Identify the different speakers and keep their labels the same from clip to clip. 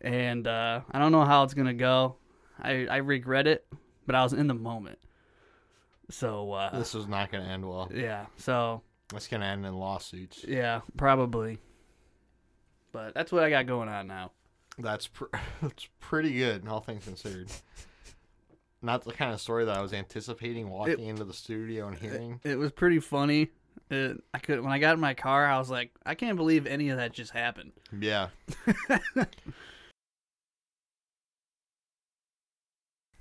Speaker 1: and uh, I don't know how it's gonna go. I I regret it, but I was in the moment. So uh,
Speaker 2: This is not going to end well.
Speaker 1: yeah, so
Speaker 2: It's going to end in lawsuits.
Speaker 1: yeah, probably. But that's what I got going on now.
Speaker 2: That's pr- that's pretty good, all things considered. Not the kind of story that I was anticipating walking into the studio
Speaker 1: Eh,
Speaker 2: and hearing.
Speaker 1: It was pretty funny. It, I could when I got in my car, I was like, I can't believe any of that just happened.
Speaker 2: yeah.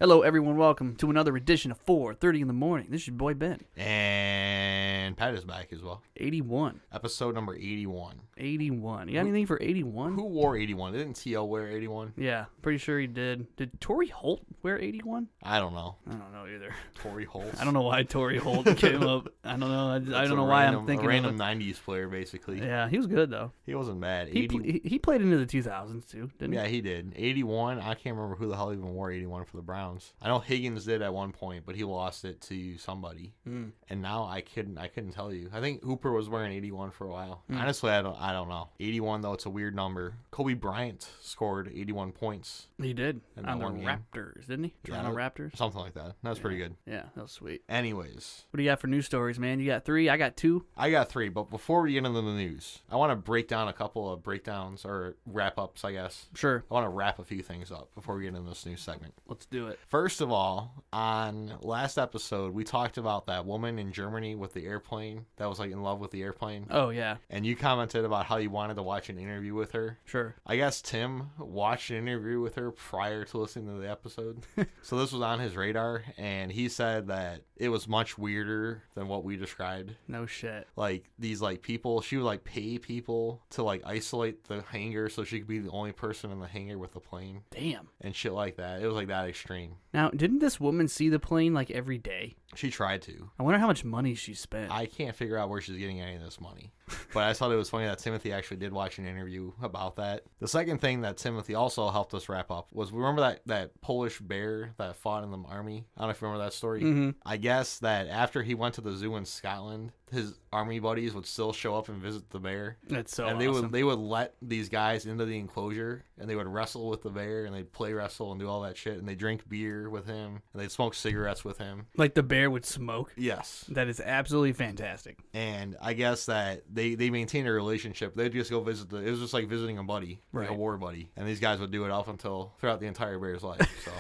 Speaker 1: Hello, everyone. Welcome to another edition of 4:30 in the morning. This is your boy Ben,
Speaker 2: And Pat is back as well.
Speaker 1: 81,
Speaker 2: Episode number 81.
Speaker 1: 81. You got anything for 81?
Speaker 2: Who wore 81? Didn't TL wear 81?
Speaker 1: Yeah, pretty sure he did. Did Tori Holt wear 81?
Speaker 2: I don't know.
Speaker 1: I don't know either.
Speaker 2: Tori Holt.
Speaker 1: I don't know why Tori Holt came up. I don't know. I, I don't know why I'm thinking.
Speaker 2: A
Speaker 1: of
Speaker 2: random
Speaker 1: it.
Speaker 2: 90s player, basically.
Speaker 1: Yeah, he was good though.
Speaker 2: He wasn't bad.
Speaker 1: He
Speaker 2: 80,
Speaker 1: pl- he- he played into the 2000s too, didn't
Speaker 2: yeah, he did. 81. I can't remember who the hell even wore 81 for the Browns. I know Higgins did at one point, but he lost it to somebody.
Speaker 1: he? Mm.
Speaker 2: and now I couldn't I couldn't tell you. I think Hooper was wearing 81 for a while. Honestly, I don't I don't know. 81 though, it's a weird number. Kobe Bryant scored 81 points,
Speaker 1: He did on
Speaker 2: In that
Speaker 1: the
Speaker 2: one game.
Speaker 1: Raptors, didn't he?
Speaker 2: Yeah,
Speaker 1: Toronto
Speaker 2: that-
Speaker 1: Raptors.
Speaker 2: something like that. That's pretty good.
Speaker 1: Yeah, that was sweet.
Speaker 2: Anyways,
Speaker 1: What do you got for news stories, man? You got three. I got two.
Speaker 2: I got three, but before we get into the news, I want to break down a couple of breakdowns or wrap ups, I guess.
Speaker 1: Sure,
Speaker 2: I want to wrap a few things up before we get into this new segment.
Speaker 1: let's do it.
Speaker 2: First of all, on last episode, we talked about that woman in Germany with the airplane that was like in love with the airplane.
Speaker 1: Oh yeah,
Speaker 2: and you commented about how you wanted to watch an interview with her.
Speaker 1: sure.
Speaker 2: I guess Tim watched an interview with her prior to listening to the episode. so this was on his radar, and he said that it was much weirder than what we described.
Speaker 1: No shit.
Speaker 2: Like these, like people, she would like pay people to like isolate the hangar so she could be the only person in the hangar with the plane
Speaker 1: Damn.
Speaker 2: and shit like that. It was like that extreme.
Speaker 1: Now, didn't this woman see the plane like every day?
Speaker 2: She tried to.
Speaker 1: I wonder how much money she spent.
Speaker 2: I can't figure out where she's getting any of this money. But I thought it was funny that Timothy actually did watch an interview about that. The second thing that Timothy also helped us wrap up was remember that, that Polish bear that fought in the army? I don't know if you remember that story.
Speaker 1: Mhm.
Speaker 2: I guess that after he went to the zoo in Scotland, his army buddies would still show up and visit the bear.
Speaker 1: That's so
Speaker 2: and they
Speaker 1: Oh, awesome.
Speaker 2: would they would let these guys into the enclosure and they would wrestle with the bear and they'd play wrestle and do all that shit and they drink beer with him and they'd smoke cigarettes with him.
Speaker 1: like the bear would smoke.
Speaker 2: Yes.
Speaker 1: That is absolutely fantastic.
Speaker 2: and I guess that they they maintained a relationship. They'd just go visit the. It was just like visiting a buddy,
Speaker 1: Right.
Speaker 2: like a war buddy, and these guys would do it up until throughout the entire Bears life. So,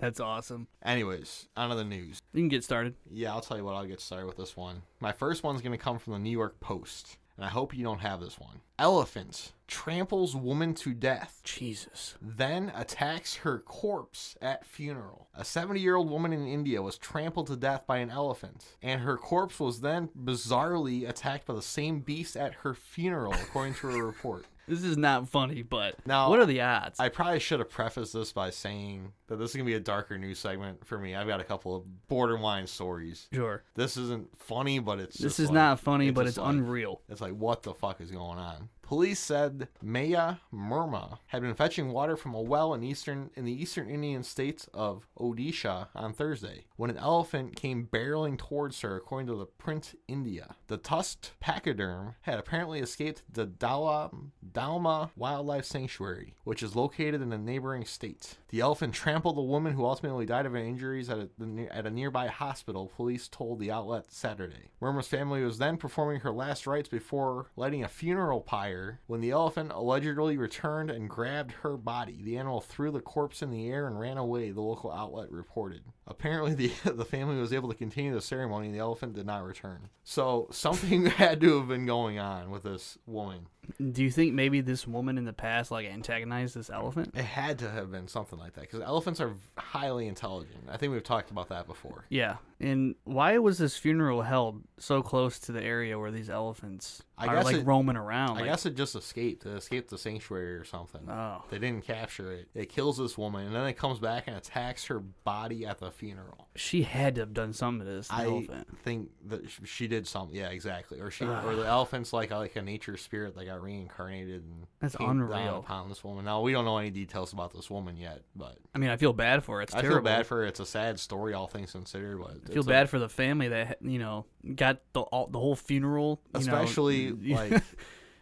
Speaker 1: That's awesome.
Speaker 2: anyways, onto the news.
Speaker 1: You can get started.
Speaker 2: Yeah, I'll tell you what. I'll get started with this one. My first one's gonna come from the New York Post, and I hope you don't have this one. Elephant tramples woman to death.
Speaker 1: Jesus.
Speaker 2: Then attacks her corpse at funeral. A 70 year old woman in India was trampled to death by an elephant, and her corpse was then bizarrely attacked by the same beast at her funeral, according to a report.
Speaker 1: This is not funny, but
Speaker 2: Now-
Speaker 1: what are the odds?
Speaker 2: I probably should have prefaced this by saying that this is going to be a darker news segment for me. I've got a couple of borderline stories.
Speaker 1: sure.
Speaker 2: This isn't funny, but it's.
Speaker 1: This
Speaker 2: just
Speaker 1: is
Speaker 2: like-
Speaker 1: not funny, but
Speaker 2: just
Speaker 1: it's
Speaker 2: like-
Speaker 1: unreal.
Speaker 2: It's like, what the fuck is going on? Police said Maya Murma had been fetching water from a well in eastern in the eastern Indian states of Odisha on Thursday when an elephant came barreling towards her, according to the Print India. The tusked pachyderm had apparently escaped the Dawa, Dalma Wildlife Sanctuary, which is located in a neighboring state. The elephant trampled the woman who ultimately died of her injuries at a, the ne- at a nearby hospital, police told the outlet Saturday. Murma's family was then performing her last rites before lighting a funeral pyre when the elephant allegedly returned and grabbed her body. The animal threw the corpse in the air and ran away, the local outlet reported. Apparently, the, the family was able to continue the ceremony and the elephant did not return. So, something had to have been going on with this woman.
Speaker 1: Do you think maybe this woman in the past like antagonized this elephant?
Speaker 2: It had to have been something like that because elephants are highly intelligent. I think we've talked about that before.
Speaker 1: Yeah. And why was this funeral held so close to the area where these elephants
Speaker 2: I
Speaker 1: are
Speaker 2: guess
Speaker 1: like
Speaker 2: it-
Speaker 1: roaming around?
Speaker 2: I
Speaker 1: like-
Speaker 2: guess it just escaped. It escaped the sanctuary or something.
Speaker 1: Oh.
Speaker 2: They didn't capture it. It kills this woman, and then it comes back and attacks her body at the funeral.
Speaker 1: She had to have done something to this
Speaker 2: I
Speaker 1: elephant.
Speaker 2: think that sh- she did something. Yeah, exactly. Or she, or the elephant's like a, like a nature spirit that got reincarnated and
Speaker 1: That's
Speaker 2: came down
Speaker 1: unreal.
Speaker 2: upon this woman. Now we don't know any details about this woman yet, but
Speaker 1: I mean, I feel bad for her. It's
Speaker 2: I
Speaker 1: terrible.
Speaker 2: feel bad for her. It's a sad story, all things considered. But
Speaker 1: I feel bad for the family that you know got the all, the whole funeral. you know,
Speaker 2: especially like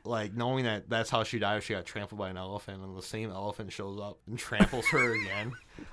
Speaker 2: like knowing that that's how she died. She got trampled by an elephant, and the same elephant shows up and tramples her again.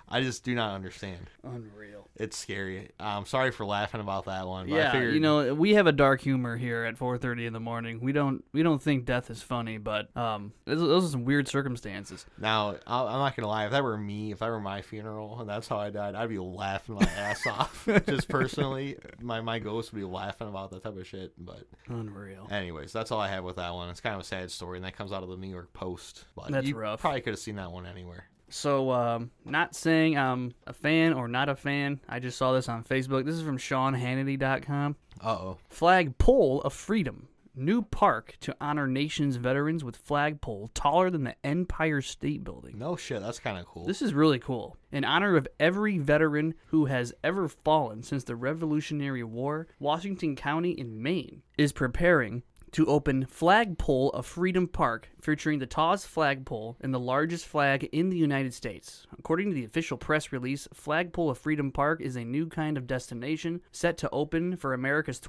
Speaker 2: I just do not understand.
Speaker 1: Unreal.
Speaker 2: It's scary. I'm sorry for laughing about that one. But I
Speaker 1: Yeah,
Speaker 2: figured,
Speaker 1: you know, we have a dark humor here at 4:30 in the morning. We don't we don't think death is funny, but um, those, those are some weird circumstances.
Speaker 2: Now I- I'm not gonna lie. If that were me, if that were my funeral, and that's how I died, I'd be laughing my ass off. Just personally, my my ghost would be laughing about that type of shit. But
Speaker 1: Unreal.
Speaker 2: anyways, that's all I have with that one. It's kind of a sad story, and that comes out of the New York Post. But
Speaker 1: That's
Speaker 2: you
Speaker 1: rough.
Speaker 2: Probably could have seen that one anywhere.
Speaker 1: So, um, not saying I'm a fan or not a fan. I just saw this on Facebook. This is from SeanHannity.com.
Speaker 2: Uh oh.
Speaker 1: Flag pole of freedom. New park to honor nation's veterans with flagpole taller than the Empire State Building.
Speaker 2: No shit. That's kind of cool.
Speaker 1: This is really cool. In honor of every veteran who has ever fallen since the Revolutionary War, Washington County in Maine is preparing to open Flagpole of Freedom Park, featuring the tallest flagpole and the largest flag in the United States. According to the official press release, Flagpole of Freedom Park is a new kind of destination set to open for America's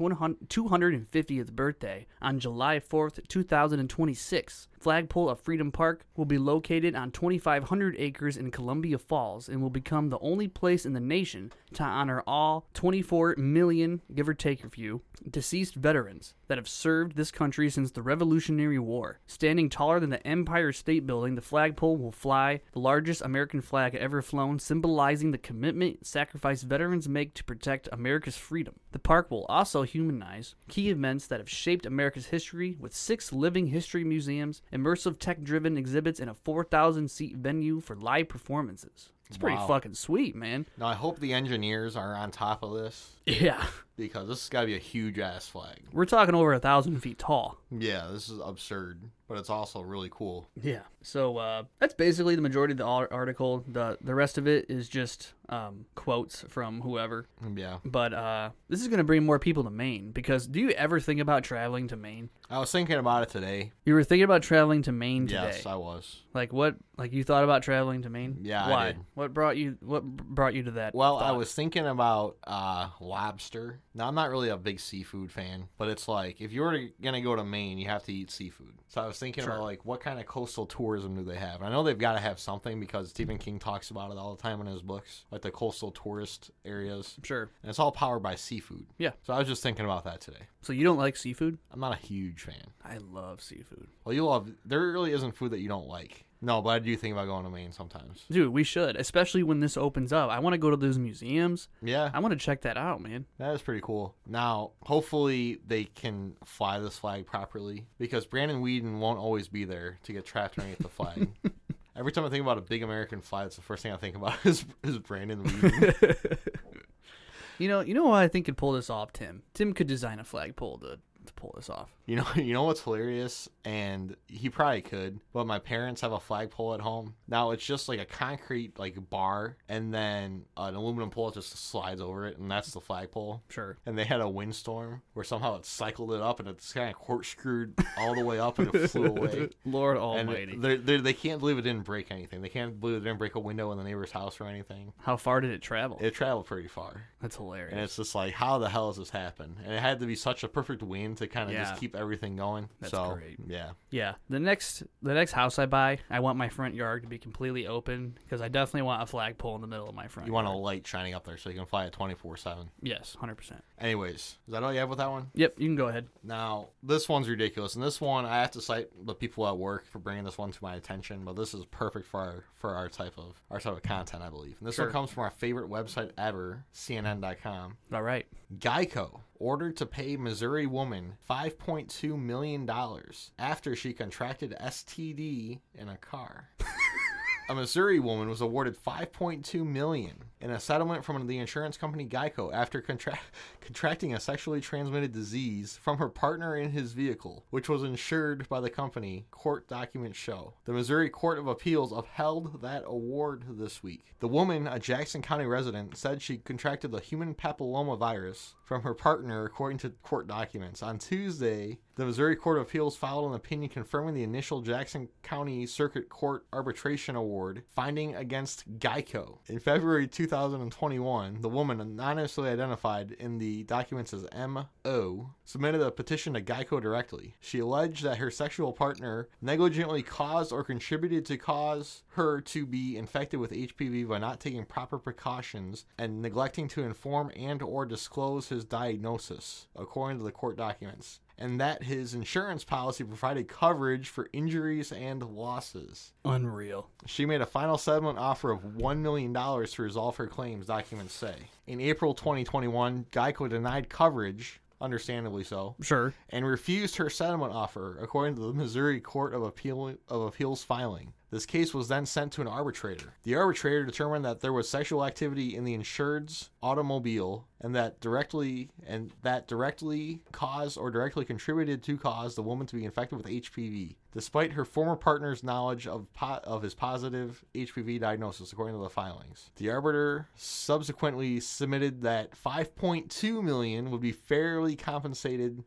Speaker 1: 250th birthday on July 4th, 2026. Flagpole of Freedom Park will be located on 2,500 acres in Columbia Falls and will become the only place in the nation to honor all 24 million, give or take a few, deceased veterans that have served this country since the Revolutionary War. Standing taller than the Empire State Building, the flagpole will fly the largest American flag ever flown, symbolizing the commitment sacrifice veterans make to protect America's freedom. The park will also humanize key events that have shaped America's history with six living history museums, immersive tech driven exhibits, and a 4,000 seat venue for live performances. It's pretty
Speaker 2: Wow.
Speaker 1: fucking sweet, man.
Speaker 2: now I hope the engineers are on top of this
Speaker 1: Yeah.
Speaker 2: because this has got to be a huge ass flag.
Speaker 1: We're talking over a thousand feet tall.
Speaker 2: Yeah, this is absurd, but it's also really cool.
Speaker 1: Yeah. So uh, that's basically the majority of the ar- article. The the rest of it is just um, quotes from whoever.
Speaker 2: Yeah.
Speaker 1: But uh, this is going to bring more people to Maine because do you ever think about traveling to Maine?
Speaker 2: I was thinking about it today.
Speaker 1: You were thinking about traveling to Maine today.
Speaker 2: Yes, I was.
Speaker 1: Like what? Like you thought about traveling to Maine?
Speaker 2: Yeah, I
Speaker 1: Why?
Speaker 2: did.
Speaker 1: What brought you? What b- brought you to that?
Speaker 2: Well, I
Speaker 1: thought?
Speaker 2: was thinking about uh, lobster. Now, I'm not really a big seafood fan, but it's like if you were going to go to Maine, you have to eat seafood. So I was thinking
Speaker 1: Sure.
Speaker 2: about like what kind of coastal tourism do they have? And I know they've got to have something because Stephen King talks about it all the time in his books, like the coastal tourist areas.
Speaker 1: sure.
Speaker 2: And it's all powered by seafood.
Speaker 1: Yeah.
Speaker 2: So I was just thinking about that today.
Speaker 1: So you don't like seafood?
Speaker 2: I'm not a huge fan.
Speaker 1: I love seafood,
Speaker 2: Well, you love, there really isn't food that you don't like. No, but I do think about going to Maine sometimes.
Speaker 1: dude. We should, especially when this opens up. I want to go to those museums.
Speaker 2: Yeah.
Speaker 1: I want to check that out, man.
Speaker 2: That is pretty cool. Now, hopefully, they can fly this flag properly because Brandon Whedon won't always be there to get trapped underneath the flag. Every time I think about a big American flag, it's the first thing I think about is, is Brandon Whedon.
Speaker 1: You know, you know what I think could pull this off, Tim. Tim could design a flagpole to, to pull this off.
Speaker 2: you know, you know what's hilarious, and he probably could. But my parents have a flagpole at home. Now it's just like a concrete like bar, and then an aluminum pole just slides over it, and that's the flagpole.
Speaker 1: Sure.
Speaker 2: and they had a windstorm where somehow it cycled it up and it's kind of corkscrewed all the way up and it flew away.
Speaker 1: Lord
Speaker 2: And
Speaker 1: Almighty,
Speaker 2: they're, they're, they can't believe it didn't break anything. They can't believe it didn't break a window in the neighbor's house or anything.
Speaker 1: how far did it travel?
Speaker 2: It traveled pretty far.
Speaker 1: That's
Speaker 2: And
Speaker 1: hilarious.
Speaker 2: it's just like, how the hell has this happened? And it had to be such a perfect wind to kind of
Speaker 1: Yeah.
Speaker 2: just keep everything going.
Speaker 1: That's
Speaker 2: so,
Speaker 1: great.
Speaker 2: yeah.
Speaker 1: Yeah. The next, the next house I buy, I want my front yard to be completely open because I definitely want a flagpole in the middle of my front.
Speaker 2: You want a
Speaker 1: yard.
Speaker 2: light shining up there so you can fly it 24 7.
Speaker 1: Yes, hundred percent.
Speaker 2: Anyways, is that all you have with that one?
Speaker 1: Yep, you can go ahead.
Speaker 2: Now, this one's ridiculous, and this one I have to cite the people at work for bringing this one to my attention. But this is perfect for our for our type of our type of content, I believe. And this
Speaker 1: Sure.
Speaker 2: one comes from our favorite website ever, CNN.com.
Speaker 1: All right.
Speaker 2: Geico ordered to pay Missouri woman 5.2 million dollars after she contracted STD in a car. a Missouri woman was awarded 5.2 million in a settlement from the insurance company Geico after contra- contracting a sexually transmitted disease from her partner in his vehicle, which was insured by the company, court documents show. The Missouri Court of Appeals upheld that award this week. The woman, a Jackson County resident, said she contracted the human papillomavirus from her partner, according to court documents. On Tuesday, the Missouri Court of Appeals filed an opinion confirming the initial Jackson County Circuit Court arbitration award finding against Geico. In February 2000 2021, the woman anonymously identified in the documents as M.O. submitted a petition to Geico directly. She alleged that her sexual partner negligently caused or contributed to cause her to be infected with HPV by not taking proper precautions and neglecting to inform and or disclose his diagnosis, according to the court documents. And that his insurance policy provided coverage for injuries and losses.
Speaker 1: Unreal.
Speaker 2: She made a final settlement offer of $1 million to resolve her claims, documents say. In April 2021, Geico denied coverage, understandably so,
Speaker 1: Sure.
Speaker 2: and refused her settlement offer, according to the Missouri Court of, Appeal- of Appeals filing. This case was then sent to an arbitrator. The arbitrator determined that there was sexual activity in the insured's automobile and that directly and that directly caused or directly contributed to cause the woman to be infected with HPV, despite her former partner's knowledge of po- of his positive HPV diagnosis, according to the filings. The arbiter subsequently submitted that 5.2 million would be fairly compensated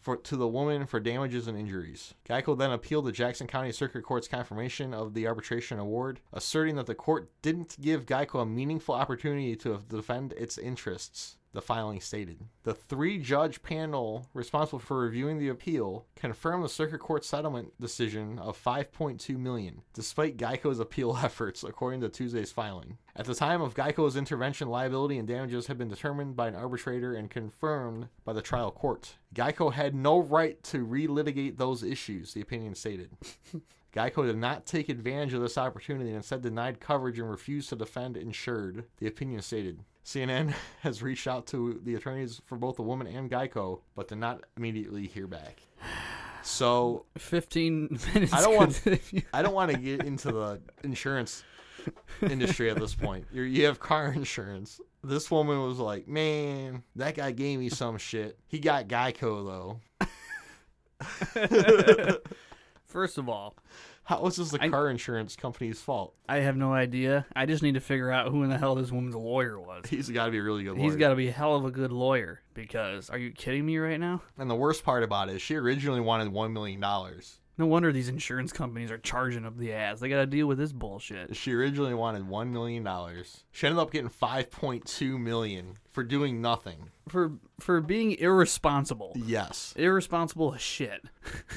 Speaker 2: for, to the woman for damages and injuries. Geico then appealed the Jackson County Circuit Court's confirmation of the arbitration award, asserting that the court didn't give Geico a meaningful opportunity to defend its interests. The filing stated. The three judge panel responsible for reviewing the appeal confirmed the circuit court settlement decision of 5.2 million, despite Geico's appeal efforts, according to Tuesday's filing. At the time of Geico's intervention, liability and damages had been determined by an arbitrator and confirmed by the trial court. Geico had no right to relitigate those issues, the opinion stated. Geico did not take advantage of this opportunity and instead denied coverage and refused to defend insured, the opinion stated. CNN has reached out to the attorneys for both the woman and Geico, but did not immediately hear back. So
Speaker 1: 15 minutes.
Speaker 2: I don't want-
Speaker 1: could- if you-
Speaker 2: I don't want to get into the insurance industry at this point. You're, you have car insurance. This woman was like, man, that guy gave me some shit. He got Geico though.
Speaker 1: First of all,
Speaker 2: How is this the
Speaker 1: I-
Speaker 2: car insurance company's fault?
Speaker 1: I have no idea. I just need to figure out who in the hell this woman's lawyer was.
Speaker 2: He's got to be a really good.
Speaker 1: He's
Speaker 2: lawyer.
Speaker 1: got to be a hell of a good lawyer because are you kidding me right now?
Speaker 2: And the worst part about it is she originally wanted one million dollars.
Speaker 1: No wonder these insurance companies are charging up the ass. They got to deal with this bullshit.
Speaker 2: She originally wanted one million dollars. She ended up getting five point two million for doing nothing.
Speaker 1: For for being irresponsible.
Speaker 2: Yes,
Speaker 1: Irresponsible as shit.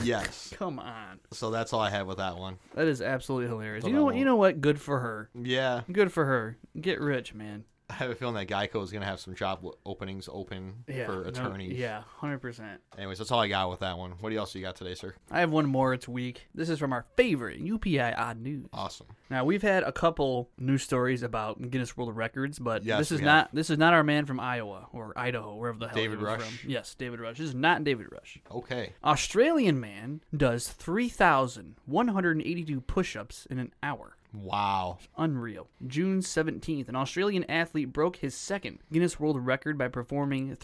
Speaker 2: yes.
Speaker 1: Come on.
Speaker 2: so that's all I have with that one.
Speaker 1: That is absolutely hilarious.
Speaker 2: Thought
Speaker 1: You
Speaker 2: I
Speaker 1: know what? You
Speaker 2: won't.
Speaker 1: know what? Good for her.
Speaker 2: Yeah,
Speaker 1: Good for her. Get rich, man.
Speaker 2: I have a feeling that Geico is going to have some job w- openings open
Speaker 1: Yeah.
Speaker 2: for
Speaker 1: no-
Speaker 2: attorneys.
Speaker 1: yeah, 100%.
Speaker 2: Anyways, that's all I got with that one. What else you got today, sir?
Speaker 1: I have one more. It's weak. This is from our favorite UPI Odd News.
Speaker 2: Awesome.
Speaker 1: Now we've had a couple news stories about Guinness World Records, but
Speaker 2: Yes,
Speaker 1: this is
Speaker 2: we have.
Speaker 1: not this is not our man from Iowa or Idaho, wherever the hell
Speaker 2: David
Speaker 1: he was
Speaker 2: Rush.
Speaker 1: from. Yes, David Rush. This is not David Rush.
Speaker 2: Okay.
Speaker 1: Australian man does three thousand one hundred eighty-two push-ups in an hour.
Speaker 2: Wow.
Speaker 1: Unreal. June 17th, an Australian athlete broke his second Guinness World Record by performing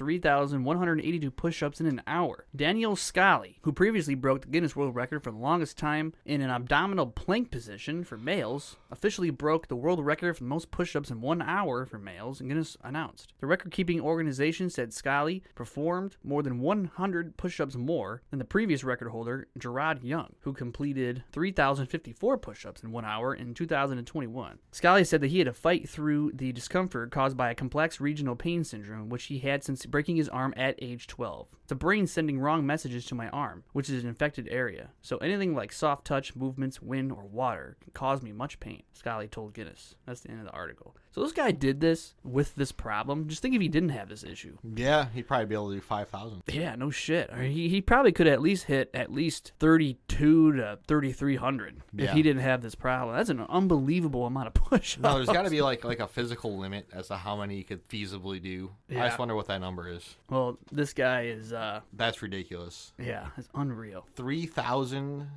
Speaker 1: 3,182 push ups in an hour. Daniel Scally, who previously broke the Guinness World Record for the longest time in an abdominal plank position for males, officially broke the world record for the most push ups in one hour for males, and Guinness announced. The record keeping organization said Scally performed more than 100 push ups more than the previous record holder, Gerard Young, who completed 3,054 push ups in one hour in 2021. Scally said that he had to fight through the discomfort caused by a complex regional pain syndrome, which he had since breaking his arm at age 12. The brain sending wrong messages to my arm, which is an infected area, so anything like soft touch, movements, wind, or water can cause me much pain, Scally told Guinness. That's the end of the article. So this guy did this with this problem. Just think if he didn't have this issue.
Speaker 2: Yeah, he'd probably be able to do 5,000.
Speaker 1: Yeah, no shit. I mean, he, he probably could at least hit at least 32 to 3,300 if
Speaker 2: Yeah.
Speaker 1: he didn't have this problem. That's an unbelievable amount of push
Speaker 2: No, there's got to be like like a physical limit as to how many you could feasibly do. I
Speaker 1: Yeah.
Speaker 2: just wonder what that number is.
Speaker 1: Well, this guy is, uh,
Speaker 2: That's ridiculous.
Speaker 1: yeah, it's unreal.
Speaker 2: 3,000.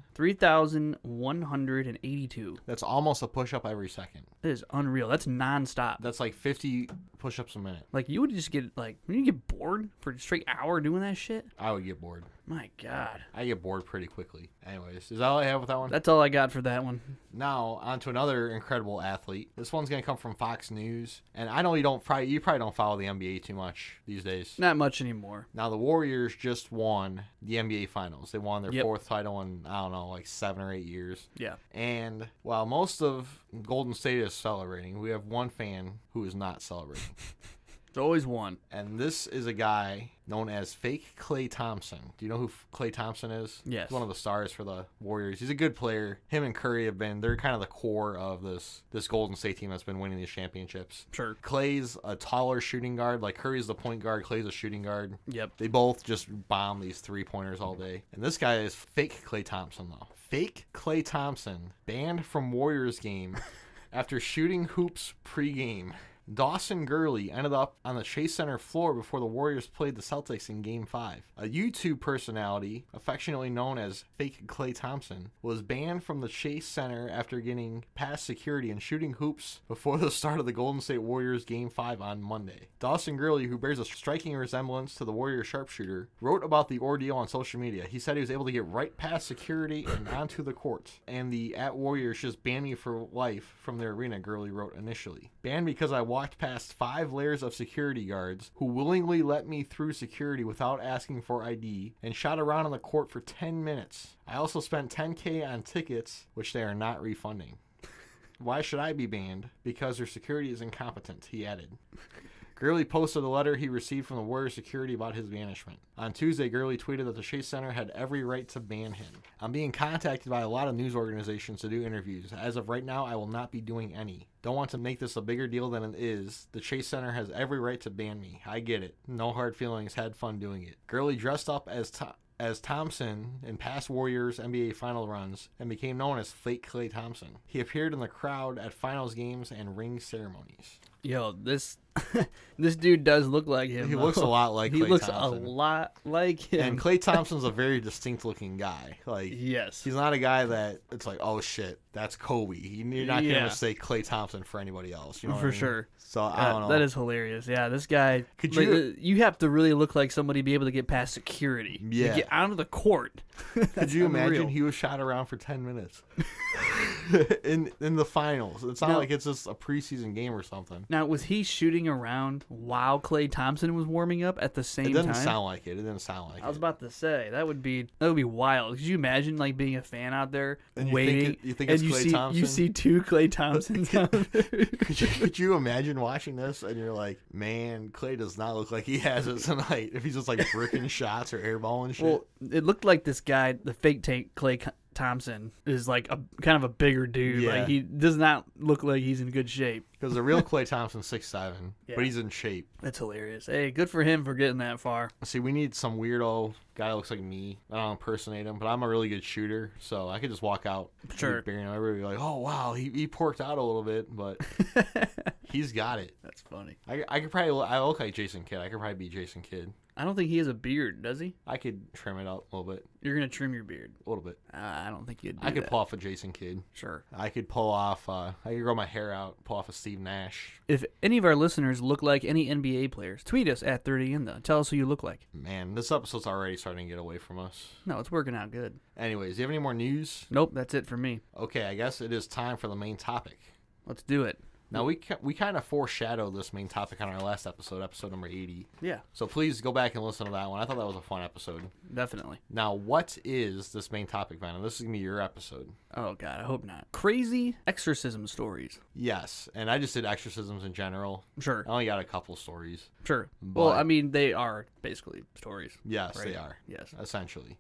Speaker 1: 3,182.
Speaker 2: That's almost a push up every second.
Speaker 1: That is unreal. That's nonstop.
Speaker 2: That's like 50 push ups a minute.
Speaker 1: Like, you would just get, like, when you get bored for a straight hour doing that shit,
Speaker 2: I would get bored.
Speaker 1: My God.
Speaker 2: I get bored pretty quickly. Anyways, is that all I have with that one?
Speaker 1: That's all I got for that one.
Speaker 2: Now on to another incredible athlete. This one's gonna come from Fox News, and I know you don't probably you probably don't follow the NBA too much these days.
Speaker 1: Not much anymore.
Speaker 2: Now the Warriors just won the NBA Finals. They won their
Speaker 1: Yep.
Speaker 2: fourth title in I don't know like seven or eight years.
Speaker 1: Yeah.
Speaker 2: And while most of Golden State is celebrating, we have one fan who is not celebrating.
Speaker 1: It's always one.
Speaker 2: And this is a guy known as Fake Clay Thompson. Do you know who F- Clay Thompson is?
Speaker 1: Yes.
Speaker 2: He's one of the stars for the Warriors. He's a good player. Him and Curry have been they're kind of the core of this this Golden State team that's been winning these championships.
Speaker 1: Sure.
Speaker 2: Clay's a taller shooting guard. Like Curry's the point guard, Clay's a shooting guard.
Speaker 1: Yep.
Speaker 2: They both just bomb these three pointers all day. And this guy is fake Clay Thompson, though. Fake Clay Thompson, banned from Warriors game after shooting hoops pregame. Dawson Gurley ended up on the Chase Center floor before the Warriors played the Celtics in Game 5. A YouTube personality, affectionately known as Fake Clay Thompson, was banned from the Chase Center after getting past security and shooting hoops before the start of the Golden State Warriors Game 5 on Monday. Dawson Gurley, who bears a striking resemblance to the Warrior sharpshooter, wrote about the ordeal on social media. He said he was able to get right past security and onto the court, and the at Warriors just banned me for life from their arena, Gurley wrote initially. Banned because I walked past five layers of security guards who willingly let me through security without asking for ID and shot around on the court for 10 minutes. I also spent 10K on tickets, which they are not refunding. Why should I be banned? Because their security is incompetent, he added. Gurley posted a letter he received from the Warrior security about his banishment. On Tuesday, Gurley tweeted that the Chase Center had every right to ban him. I'm being contacted by a lot of news organizations to do interviews. As of right now, I will not be doing any. Don't want to make this a bigger deal than it is. The Chase Center has every right to ban me. I get it. No hard feelings. Had fun doing it. Gurley dressed up as to- as Thompson in past Warriors NBA final runs and became known as Fake Clay Thompson. He appeared in the crowd at finals games and ring ceremonies.
Speaker 1: Yo, this this dude does look like him.
Speaker 2: He
Speaker 1: though.
Speaker 2: looks a lot like
Speaker 1: He
Speaker 2: Klay
Speaker 1: looks
Speaker 2: Thompson.
Speaker 1: a lot like him.
Speaker 2: And Clay Thompson's a very distinct looking guy. Like
Speaker 1: yes.
Speaker 2: he's not a guy that it's like, oh shit, that's Kobe. You're not
Speaker 1: Yeah.
Speaker 2: gonna mistake Clay Thompson for anybody else. You know what
Speaker 1: For
Speaker 2: I mean?
Speaker 1: sure.
Speaker 2: So I
Speaker 1: Uh,
Speaker 2: don't know.
Speaker 1: That is hilarious. Yeah, this guy.
Speaker 2: Could
Speaker 1: like,
Speaker 2: you-
Speaker 1: uh, you have to really look like somebody to be able to get past security. To
Speaker 2: Yeah.
Speaker 1: get onto the court.
Speaker 2: Could you imagine
Speaker 1: unreal.
Speaker 2: he was shot around for ten minutes in in the finals? It's not
Speaker 1: No.
Speaker 2: like it's just a preseason game or something.
Speaker 1: Now, was he shooting around while Clay Thompson was warming up at the
Speaker 2: It
Speaker 1: same
Speaker 2: doesn't
Speaker 1: time?
Speaker 2: sound like it. It doesn't sound like
Speaker 1: I was
Speaker 2: it.
Speaker 1: about to say that would be that would be wild. Could you imagine like being a fan out there
Speaker 2: And you think
Speaker 1: waiting?
Speaker 2: it- you think
Speaker 1: and
Speaker 2: it's
Speaker 1: you
Speaker 2: Klay
Speaker 1: see
Speaker 2: Thompson?
Speaker 1: you see two Clay Thompsons. out there.
Speaker 2: could, you, could you imagine watching this and you're like, man, Clay does not look like he has it tonight. If he's just like bricking shots or airballing shit.
Speaker 1: well, it looked like this guy, the fake tank Clay Thompson, is like a kind of a bigger dude.
Speaker 2: Yeah.
Speaker 1: Like he does not look like he's in good shape.
Speaker 2: Because the real Clay Thompson's six seven,
Speaker 1: Yeah.
Speaker 2: but he's in shape.
Speaker 1: That's hilarious. Hey, good for him for getting that far.
Speaker 2: See, we need some weirdo guy that looks like me. I don't impersonate him, but I'm a really good shooter, so I could just walk out.
Speaker 1: Sure.
Speaker 2: Be him. Everybody be like, oh, wow, he, he porked out a little bit, but he's got it.
Speaker 1: That's funny.
Speaker 2: I, I could probably, I look like Jason Kidd. I could probably be Jason Kidd.
Speaker 1: I don't think he has a beard, does he?
Speaker 2: I could trim it up a little bit,
Speaker 1: You're gonna trim your beard.
Speaker 2: a little bit.
Speaker 1: Uh, I don't think you'd. Do
Speaker 2: I could
Speaker 1: that.
Speaker 2: pull off a Jason Kidd.
Speaker 1: Sure.
Speaker 2: I could pull off. Uh, I could grow my hair out. Pull off a Steve Nash.
Speaker 1: If any of our listeners look like any NBA players, tweet us at 30 in the. Tell us who you look like.
Speaker 2: Man, this episode's already starting to get away from us.
Speaker 1: No, it's working out good.
Speaker 2: Anyways, do you have any more news?
Speaker 1: Nope, that's it for me.
Speaker 2: Okay, I guess it is time for the main topic.
Speaker 1: Let's do it.
Speaker 2: Now we ki- we kind of foreshadowed this main topic on our last episode, episode number eighty.
Speaker 1: Yeah,
Speaker 2: So please go back and listen to that one. I thought that was a fun episode.
Speaker 1: definitely.
Speaker 2: Now, what is this main topic, Venom? This is gonna be your episode.
Speaker 1: Oh god, I hope not. Crazy exorcism stories.
Speaker 2: Yes, and I just did exorcisms in general.
Speaker 1: Sure,
Speaker 2: I only got a couple stories.
Speaker 1: sure. well,
Speaker 2: but-
Speaker 1: I mean, they are basically stories.
Speaker 2: Yes, they
Speaker 1: Right.
Speaker 2: are.
Speaker 1: Yes.
Speaker 2: essentially.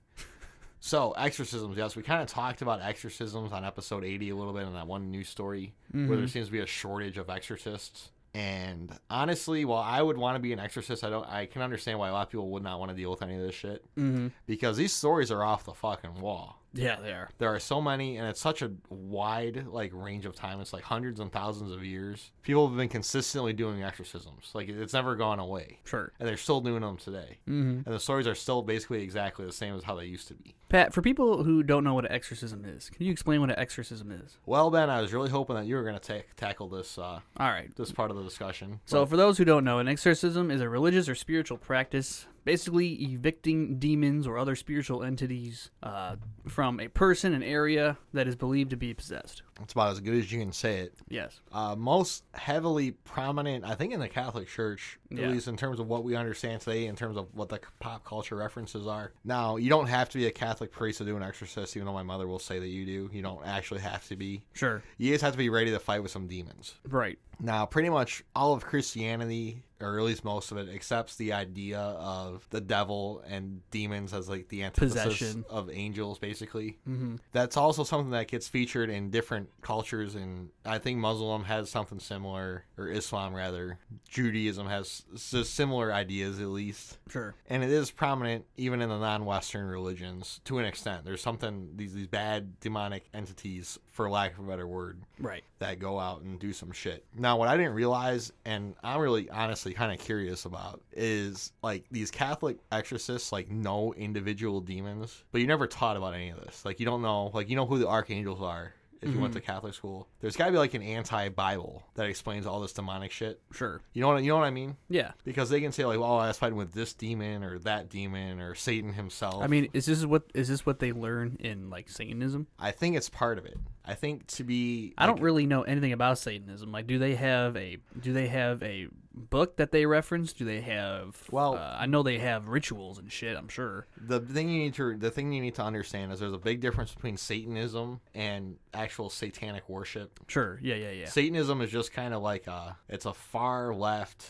Speaker 2: So exorcisms, yes, we kind of talked about exorcisms on episode eighty a little bit in that one news story where there seems to be a shortage of exorcists. And honestly, while I would want to be an exorcist, I don't. I can understand why a lot of people would not want to deal with any of this shit
Speaker 1: Mm-hmm.
Speaker 2: because these stories are off the fucking wall.
Speaker 1: Yeah, they are.
Speaker 2: There are so many, and it's such a wide like range of time. It's like hundreds and thousands of years. People have been consistently doing exorcisms. Like it's never gone away,
Speaker 1: Sure.
Speaker 2: and they're still doing them today.
Speaker 1: Mm-hmm.
Speaker 2: And the stories are still basically exactly the same as how they used to be.
Speaker 1: Pat, for people who don't know what an exorcism is, can you explain what an exorcism is?
Speaker 2: Well, Ben, I was really hoping that you were going to ta- tackle this uh,
Speaker 1: All right.
Speaker 2: this part of the discussion.
Speaker 1: So, for those who don't know, an exorcism is a religious or spiritual practice basically evicting demons or other spiritual entities uh, from a person, an area that is believed to be possessed.
Speaker 2: It's about as good as you can say it.
Speaker 1: Yes.
Speaker 2: Uh, most heavily prominent, I think, in the Catholic Church,
Speaker 1: Yeah.
Speaker 2: at least in terms of what we understand today, in terms of what the c- pop culture references are. Now, you don't have to be a Catholic priest to do an exorcist, even though my mother will say that you do. You don't actually have to be.
Speaker 1: Sure.
Speaker 2: You just have to be ready to fight with some demons.
Speaker 1: Right.
Speaker 2: Now, pretty much all of Christianity, or at least most of it, accepts the idea of the devil and demons as like the antithesis
Speaker 1: Possession.
Speaker 2: of angels, basically.
Speaker 1: Mm-hmm.
Speaker 2: That's also something that gets featured in different cultures, and I think Muslim has something similar, or Islam rather. Judaism has s- similar ideas, at least.
Speaker 1: Sure.
Speaker 2: And it is prominent even in the non-Western religions to an extent. There's something these these bad demonic entities, for lack of a better word,
Speaker 1: Right.
Speaker 2: that go out and do some shit. Now, what I didn't realize, and I'm really honestly kind of curious about, is like these Catholic exorcists like know individual demons, but you never taught about any of this. Like you don't know, like you know who the archangels are. If you went
Speaker 1: Mm-hmm.
Speaker 2: to Catholic school, there's got to be like an anti-Bible that explains all this demonic shit.
Speaker 1: Sure.
Speaker 2: You know what you know what I mean?
Speaker 1: Yeah.
Speaker 2: Because they can say like, "Oh, I was fighting with this demon or that demon or Satan himself."
Speaker 1: I mean, is this what is this what they learn in like Satanism?
Speaker 2: I think it's part of it. I think to be,
Speaker 1: I
Speaker 2: like,
Speaker 1: don't really know anything about Satanism. Like, do they have a do they have a book that they reference? Do they have?
Speaker 2: Well-
Speaker 1: uh, I know they have rituals and shit. I'm sure.
Speaker 2: the thing you need to the thing you need to understand is there's a big difference between Satanism and actual satanic worship.
Speaker 1: Sure. Yeah. Yeah. Yeah.
Speaker 2: Satanism is just kind of like a it's a far left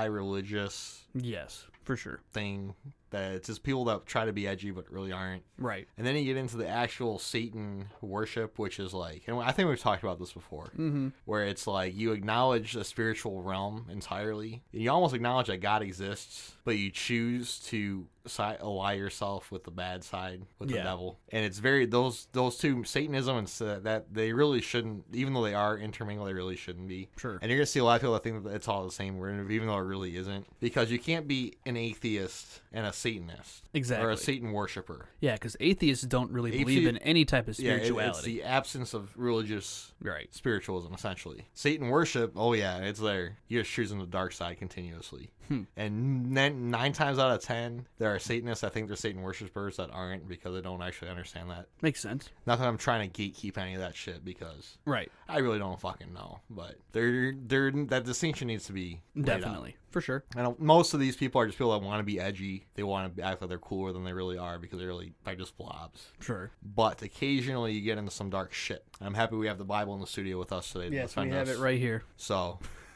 Speaker 2: anti-religious
Speaker 1: Yes. For sure.
Speaker 2: thing that it's just people that try to be edgy but really aren't.
Speaker 1: Right.
Speaker 2: And then you get into the actual Satan worship, which is like, and I think we've talked about this before, mm-hmm. where it's like you acknowledge the spiritual realm entirely. You almost acknowledge that God exists, but you choose to si- ally yourself with the bad side, with
Speaker 1: Yeah.
Speaker 2: the devil. And it's very those those two Satanism and sa- that they really shouldn't, even though they are intermingled, they really shouldn't be.
Speaker 1: Sure.
Speaker 2: And you're gonna see a lot of people that think that it's all the same, word, even though it really isn't, because you can't be an atheist and a Satanist or
Speaker 1: Exactly.
Speaker 2: a Satan worshiper.
Speaker 1: Yeah, because atheists don't really believe
Speaker 2: Athe-
Speaker 1: in any type of
Speaker 2: Yeah, it- it's
Speaker 1: spirituality.
Speaker 2: the absence of religious
Speaker 1: right.
Speaker 2: spiritualism, essentially. Satan worship, oh yeah, it's there. You're just choosing the dark side continuously.
Speaker 1: Hmm.
Speaker 2: And then nine times out of ten, there are Satanists. I think they're Satan worshippers that aren't because they don't actually understand that.
Speaker 1: Makes sense.
Speaker 2: Not that I'm trying to gatekeep any of that shit because
Speaker 1: Right.
Speaker 2: I really don't fucking know. But there, there, that distinction needs to be laid out.
Speaker 1: Definitely. For sure.
Speaker 2: And most of these people are just people that want to be edgy. They want to act like they're cooler than they really are because they're really they're just blobs
Speaker 1: Sure.
Speaker 2: but occasionally you get into some dark shit. I'm happy we have the Bible in the studio with us today. to
Speaker 1: Yes, we
Speaker 2: defend
Speaker 1: have
Speaker 2: us.
Speaker 1: it right here.
Speaker 2: So,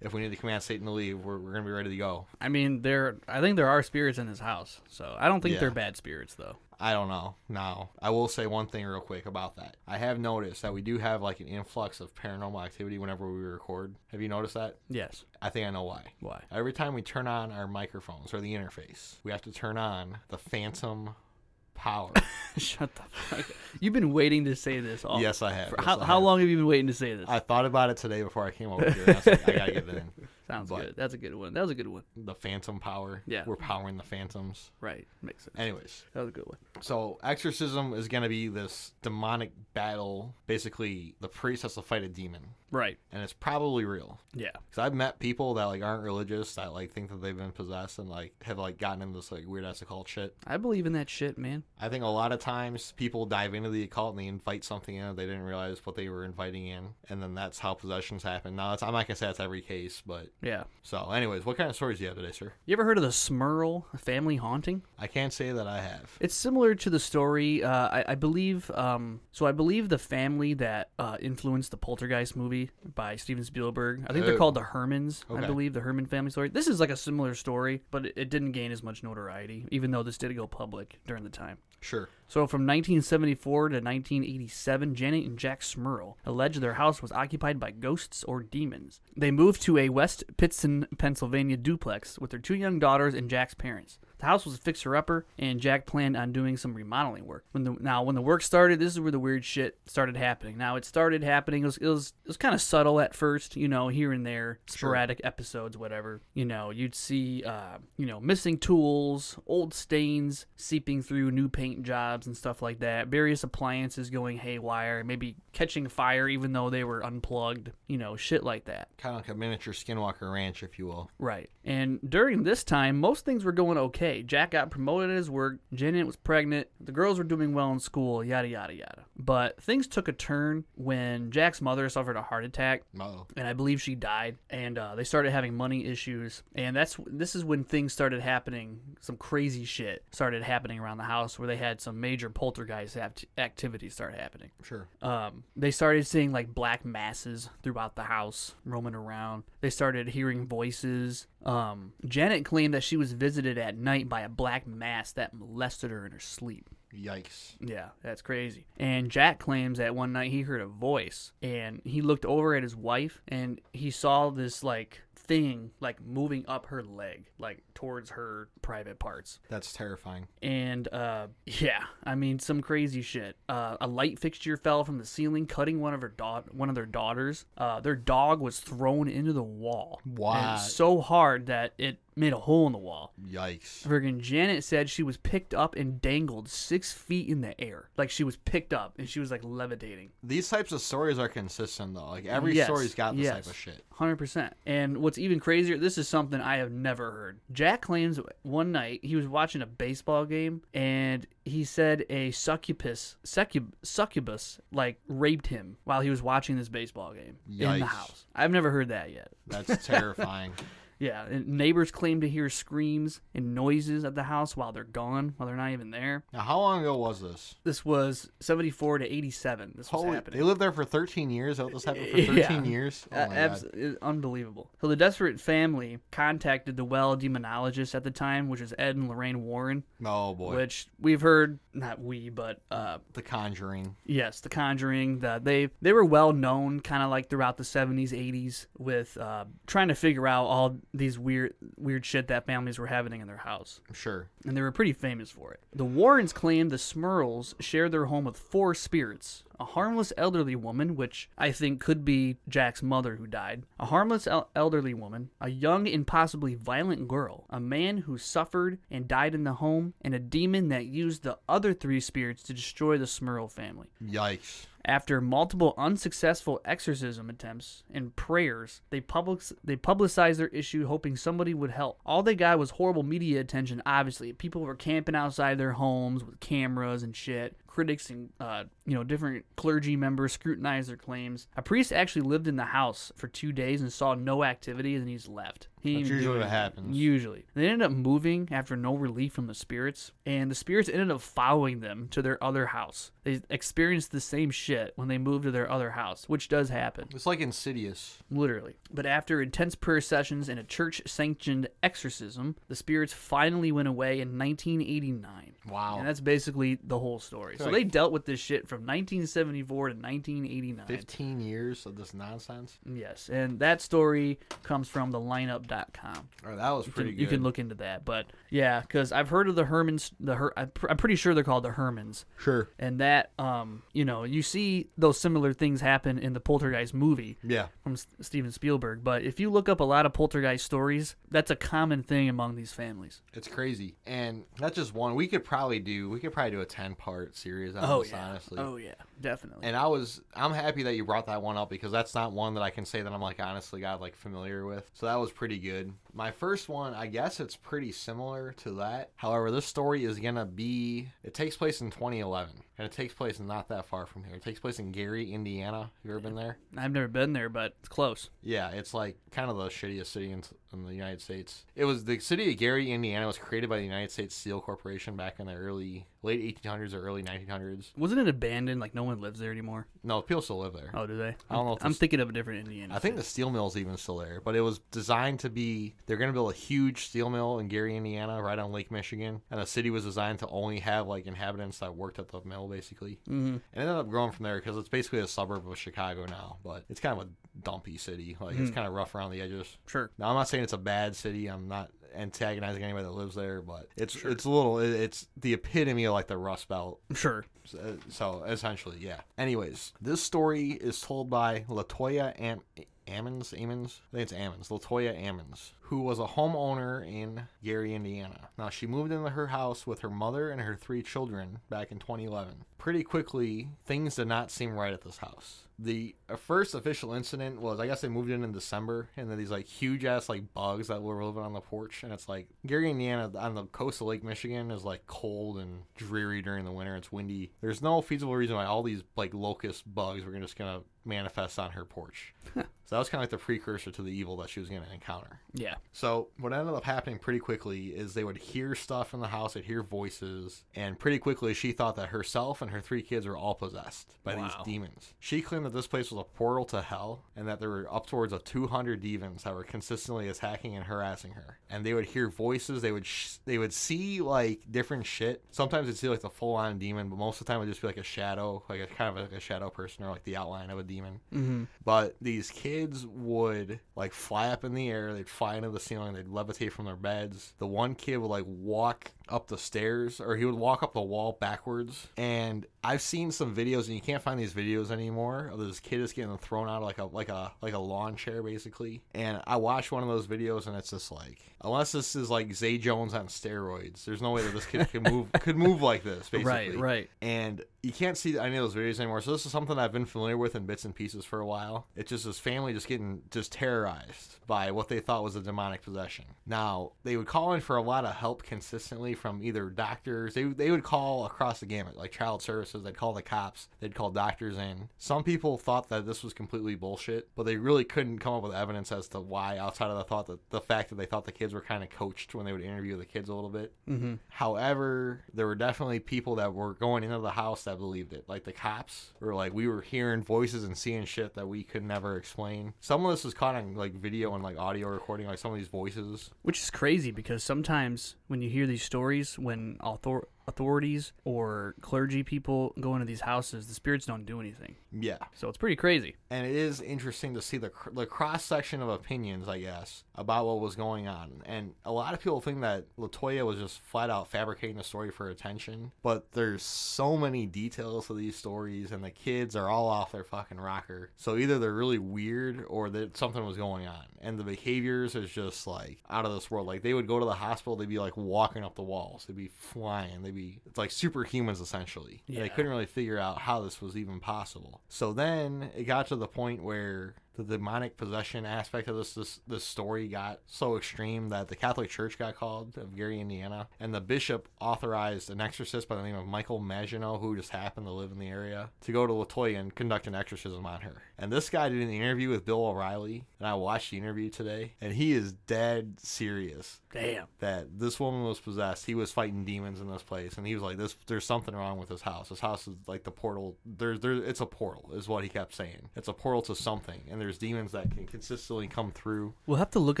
Speaker 2: if we need to command Satan to leave, we're, we're going to be ready to go.
Speaker 1: I mean, there. I think there are spirits in this house, so I don't think they're
Speaker 2: Yeah.
Speaker 1: bad spirits, though.
Speaker 2: I don't know. Now, I will say one thing real quick about that. I have noticed that we do have like an influx of paranormal activity whenever we record. Have you noticed that?
Speaker 1: Yes.
Speaker 2: I think I know why.
Speaker 1: Why?
Speaker 2: Every time we turn on our microphones or the interface, we have to turn on the phantom power.
Speaker 1: Shut the fuck. You've been waiting to say this all.
Speaker 2: yes, I have.
Speaker 1: Oh, For
Speaker 2: Yes,
Speaker 1: how,
Speaker 2: I
Speaker 1: how
Speaker 2: have.
Speaker 1: long have you been waiting to say this?
Speaker 2: I thought about it today before I came over here. And I was like, I got to get it in.
Speaker 1: Sounds
Speaker 2: but-
Speaker 1: good. That's a good one. That was a good one.
Speaker 2: the phantom power.
Speaker 1: Yeah.
Speaker 2: We're powering the phantoms.
Speaker 1: Right. Makes sense.
Speaker 2: Anyways,
Speaker 1: That was a good one.
Speaker 2: so exorcism is going to be this demonic battle. Basically, the priest has to fight a demon,
Speaker 1: Right.
Speaker 2: and it's probably real.
Speaker 1: Yeah.
Speaker 2: Because I've met people that like aren't religious that like think that they've been possessed and like have like gotten into this like weird ass occult shit.
Speaker 1: I believe in that shit, man.
Speaker 2: I think a lot of times people dive into the occult and they invite something in that they didn't realize what they were inviting in, and then that's how possessions happen. Now, it's, I'm not gonna say that's every case, but
Speaker 1: Yeah.
Speaker 2: so anyways, what kind of stories do you have today, sir?
Speaker 1: You ever heard of the Smurl family haunting?
Speaker 2: I can't say that I have.
Speaker 1: It's similar to the story. Uh, I, I believe. Um, so I believe the family that uh, influenced the Poltergeist movie by Steven Spielberg. I think they're
Speaker 2: Oh.
Speaker 1: called the Hermans. I
Speaker 2: Okay.
Speaker 1: believe the Herman family story. This is like a similar story, but it, it didn't gain as much notoriety, even though this did go public during the time.
Speaker 2: Sure.
Speaker 1: So from 1974 to 1987, Janet and Jack Smurl alleged their house was occupied by ghosts or demons. They moved to a West Pittston, Pennsylvania duplex with their two young daughters and Jack's parents. The house was a fixer-upper, and Jack planned on doing some remodeling work. When the now when the work started, this is where the weird shit started happening. Now it started happening. It was it was, it was kind of subtle at first, you know, here and there, sporadic episodes, whatever. You know, you'd see, uh, you know, missing tools, old stains seeping through new paint jobs and stuff like that. Various appliances going haywire, maybe catching fire even though they were unplugged. You know, shit like that.
Speaker 2: Kind of like a miniature Skinwalker Ranch, if you will.
Speaker 1: Right. And during this time, most things were going okay. Jack got promoted at his work, Janet was pregnant, the girls were doing well in school, yada, yada, yada. But things took a turn when Jack's mother suffered a heart attack.
Speaker 2: Oh,
Speaker 1: And I believe she died, and uh, they started having money issues, and that's this is when things started happening. Some crazy shit started happening around the house, where they had some major poltergeist act- activities start happening
Speaker 2: sure.
Speaker 1: um, they started seeing like black masses throughout the house roaming around. They started hearing voices. Um, Janet claimed that she was visited at night by a black mass that molested her in her sleep.
Speaker 2: Yikes.
Speaker 1: Yeah, that's crazy. And Jack claims that one night he heard a voice and he looked over at his wife and he saw this like thing like moving up her leg like towards her private parts
Speaker 2: That's terrifying.
Speaker 1: and uh, yeah, I mean some crazy shit. Uh, a light fixture fell from the ceiling, cutting one of her da- one of their daughters. Uh, their dog was thrown into the wall.
Speaker 2: Wow.
Speaker 1: And so hard that it made a hole in the wall.
Speaker 2: Yikes.
Speaker 1: Friggin' Janet said she was picked up and dangled six feet in the air, like she was picked up and she was like levitating.
Speaker 2: These types of stories are consistent, though. Like, every
Speaker 1: Yes,
Speaker 2: story's got this
Speaker 1: yes.
Speaker 2: type of shit.
Speaker 1: Hundred percent. And what's even crazier, this is something I have never heard. Jack claims one night he was watching a baseball game and he said a succubus, succub, succubus, like raped him while he was watching this baseball game in the
Speaker 2: Yikes.
Speaker 1: house. I've never heard that yet.
Speaker 2: That's terrifying.
Speaker 1: Yeah, and neighbors claim to hear screams and noises at the house while they're gone, while they're not even there.
Speaker 2: Now, how long ago was this?
Speaker 1: This was seventy-four to eighty-seven. This was
Speaker 2: Holy,
Speaker 1: happening.
Speaker 2: they lived there for 13 years. That this happened for
Speaker 1: Yeah.
Speaker 2: 13 years. Oh
Speaker 1: Uh,
Speaker 2: my
Speaker 1: abs-
Speaker 2: god.
Speaker 1: uh, unbelievable. So the desperate family contacted the well demonologist at the time, which was Ed and Lorraine Warren,
Speaker 2: Oh boy.
Speaker 1: which we've heard not we, but uh,
Speaker 2: the Conjuring.
Speaker 1: yes, The Conjuring. The, they they were well known, kind of like throughout the seventies, eighties, with uh, trying to figure out all these weird weird shit that families were having in their house
Speaker 2: Sure.
Speaker 1: and they were pretty famous for it. The Warrens claimed the Smurls shared their home with four spirits a harmless elderly woman, which I think could be Jack's mother who died, a harmless el- elderly woman, a young and possibly violent girl, a man who suffered and died in the home, and a demon that used the other three spirits to destroy the Smurl family.
Speaker 2: Yikes.
Speaker 1: After multiple unsuccessful exorcism attempts and prayers, they public they publicized their issue, hoping somebody would help. All they got was horrible media attention. Obviously, people were camping outside their homes with cameras and shit. Critics and uh, you know different clergy members scrutinized their claims. A priest actually lived in the house for two days and saw no activity, and then he's left. He didn't
Speaker 2: That's
Speaker 1: even do
Speaker 2: usually what
Speaker 1: anything.
Speaker 2: happens.
Speaker 1: Usually, they ended up moving after no relief from the spirits, and the spirits ended up following them to their other house. They experienced the same shit when they moved to their other house, which does happen,
Speaker 2: It's like Insidious.
Speaker 1: literally. But after intense prayer sessions and a church sanctioned exorcism, the spirits finally went away in 1989.
Speaker 2: Wow.
Speaker 1: And that's basically the whole story. So
Speaker 2: Like-
Speaker 1: they dealt with this shit from 1974 to 1989.
Speaker 2: 15 years of this nonsense.
Speaker 1: Yes, and that story comes from the lineup.com.
Speaker 2: Oh, that was
Speaker 1: can-
Speaker 2: pretty
Speaker 1: you
Speaker 2: good.
Speaker 1: can look into that. But yeah, because I've heard of the Hermans. The Her- I'm pr- I'm pretty sure they're called the Hermans.
Speaker 2: Sure.
Speaker 1: And that, um, you know, you see those similar things happen in the Poltergeist movie
Speaker 2: Yeah.
Speaker 1: from S- Steven Spielberg. But if you look up a lot of Poltergeist stories, that's a common thing among these families.
Speaker 2: It's crazy. And that's just one. We could probably do, we could probably do a 10 part series on this, honestly.
Speaker 1: oh yeah, definitely.
Speaker 2: And I was, I'm happy that you brought that one up because that's not one that I can say that I'm like honestly got like familiar with. So that was pretty good. My first one, I guess it's pretty similar to that. However, this story is gonna be, it takes place in 2011, and it takes place not that far from here. It takes place in Gary, Indiana. You ever been there?
Speaker 1: I've never been there, but it's close.
Speaker 2: Yeah, it's like kind of the shittiest city in, in the United States. It was the city of Gary, Indiana, was created by the United States Steel Corporation back in the early late 1800s or early 1900s.
Speaker 1: Wasn't it abandoned? Like no one lives there anymore.
Speaker 2: No, people still live there.
Speaker 1: Oh, do they?
Speaker 2: I don't know if
Speaker 1: I'm
Speaker 2: this-
Speaker 1: thinking of a different Indiana.
Speaker 2: I think the steel mill's even still there, but it was designed to be. They're going to build a huge steel mill in Gary, Indiana, right on Lake Michigan, and the city was designed to only have like inhabitants that worked at the mill, basically. Mm-hmm. It ended up growing from there because it's basically a suburb of Chicago now, but it's kind of a dumpy city. Like it's kind of rough around the edges.
Speaker 1: sure.
Speaker 2: Now, I'm not saying it's a bad city. I'm not. antagonizing anybody that lives there, but it's it's a little it- it's the epitome of like the Rust Belt.
Speaker 1: Sure.
Speaker 2: So, uh, so essentially, yeah. Anyways, this story is told by Latoya Am- Ammons. Ammons, I think it's Ammons. Latoya Ammons, who was a homeowner in Gary, Indiana. Now she moved into her house with her mother and her three children back in 2011. Pretty quickly, things did not seem right at this house. The uh, first official incident was, I guess, they moved in in December, and then these like huge ass like bugs that were living on the porch, and it's like Gary, Indiana, on the coast of Lake Michigan, is like cold and dreary during the winter. It's windy. There's no feasible reason why all these like locust bugs were just gonna manifest on her porch. so that was kind of like the precursor to the evil that she was gonna encounter.
Speaker 1: Yeah.
Speaker 2: So what ended up happening pretty quickly is they would hear stuff in the house, they'd hear voices, and pretty quickly she thought that herself and her three kids were all possessed by
Speaker 1: Wow.
Speaker 2: these demons. She claimed that this place was a portal to hell and that there were up towards of 200 demons that were consistently attacking and harassing her. And they would hear voices, they would sh- they would see like different shit. Sometimes it'd see like the full on demon, but most of the time it'd just be like a shadow, like a kind of like a shadow person or like the outline of a demon.
Speaker 1: Mm-hmm.
Speaker 2: But these kids would like fly up in the air, they'd fly into the ceiling, they'd levitate from their beds. The one kid would like walk up the stairs or he would walk up the wall backwards. And I've seen some videos and you can't find these videos anymore of this kid is getting thrown out of like a like a like a lawn chair basically. And I watched one of those videos and it's just like unless this is like Zay Jones on steroids, there's no way that this kid could move could move like this basically
Speaker 1: Right. Right.
Speaker 2: and you can't see any of those videos anymore. So this is something I've been familiar with in bits and pieces for a while. It's just this family just getting just terrorized by what they thought was a demonic possession. Now they would call in for a lot of help consistently from either doctors. They they would call across the gamut, like child services. They'd call the cops. They'd call doctors in. Some people thought that this was completely bullshit, but they really couldn't come up with evidence as to why outside of the thought that the fact that they thought the kids were kind of coached when they would interview the kids a little bit.
Speaker 1: Mm-hmm.
Speaker 2: However, there were definitely people that were going into the house that believed it. Like the cops were like, we were hearing voices and seeing shit that we could never explain. Some of this was caught on like video and like audio recording, like some of these voices.
Speaker 1: Which is crazy because sometimes when you hear these stories, when author- authorities or clergy people go into these houses, the spirits don't do anything.
Speaker 2: Yeah.
Speaker 1: So it's pretty crazy.
Speaker 2: And it is interesting to see the, cr- the cross section of opinions, I guess, about what was going on. And a lot of people think that Latoya was just flat out fabricating the story for attention, but there's so many details to these stories, and the kids are all off their fucking rocker. So either they're really weird or that something was going on. And the behaviors is just like out of this world. Like they would go to the hospital, they'd be like walking up the walls, they'd be flying, they'd be it's like superhumans essentially. And They
Speaker 1: Yeah.
Speaker 2: couldn't couldn't really figure out how this was even possible. So then it got to the point where the demonic possession aspect of this this, this story got so extreme that the Catholic Church got called of Gary, Indiana, and the bishop authorized an exorcist by the name of Michael Maginot, who just happened to live in the area, to go to Latoya and conduct an exorcism on her. And this guy did an interview with Bill O'Reilly, and I watched the interview today, and he is dead serious
Speaker 1: Damn.
Speaker 2: that this woman was possessed. He was fighting demons in this place, and he was like, "This, there's something wrong with this house. This house is like the portal. There's, there, it's a portal, is what he kept saying. It's a portal to something, and there's demons that can consistently come through.
Speaker 1: We'll have to look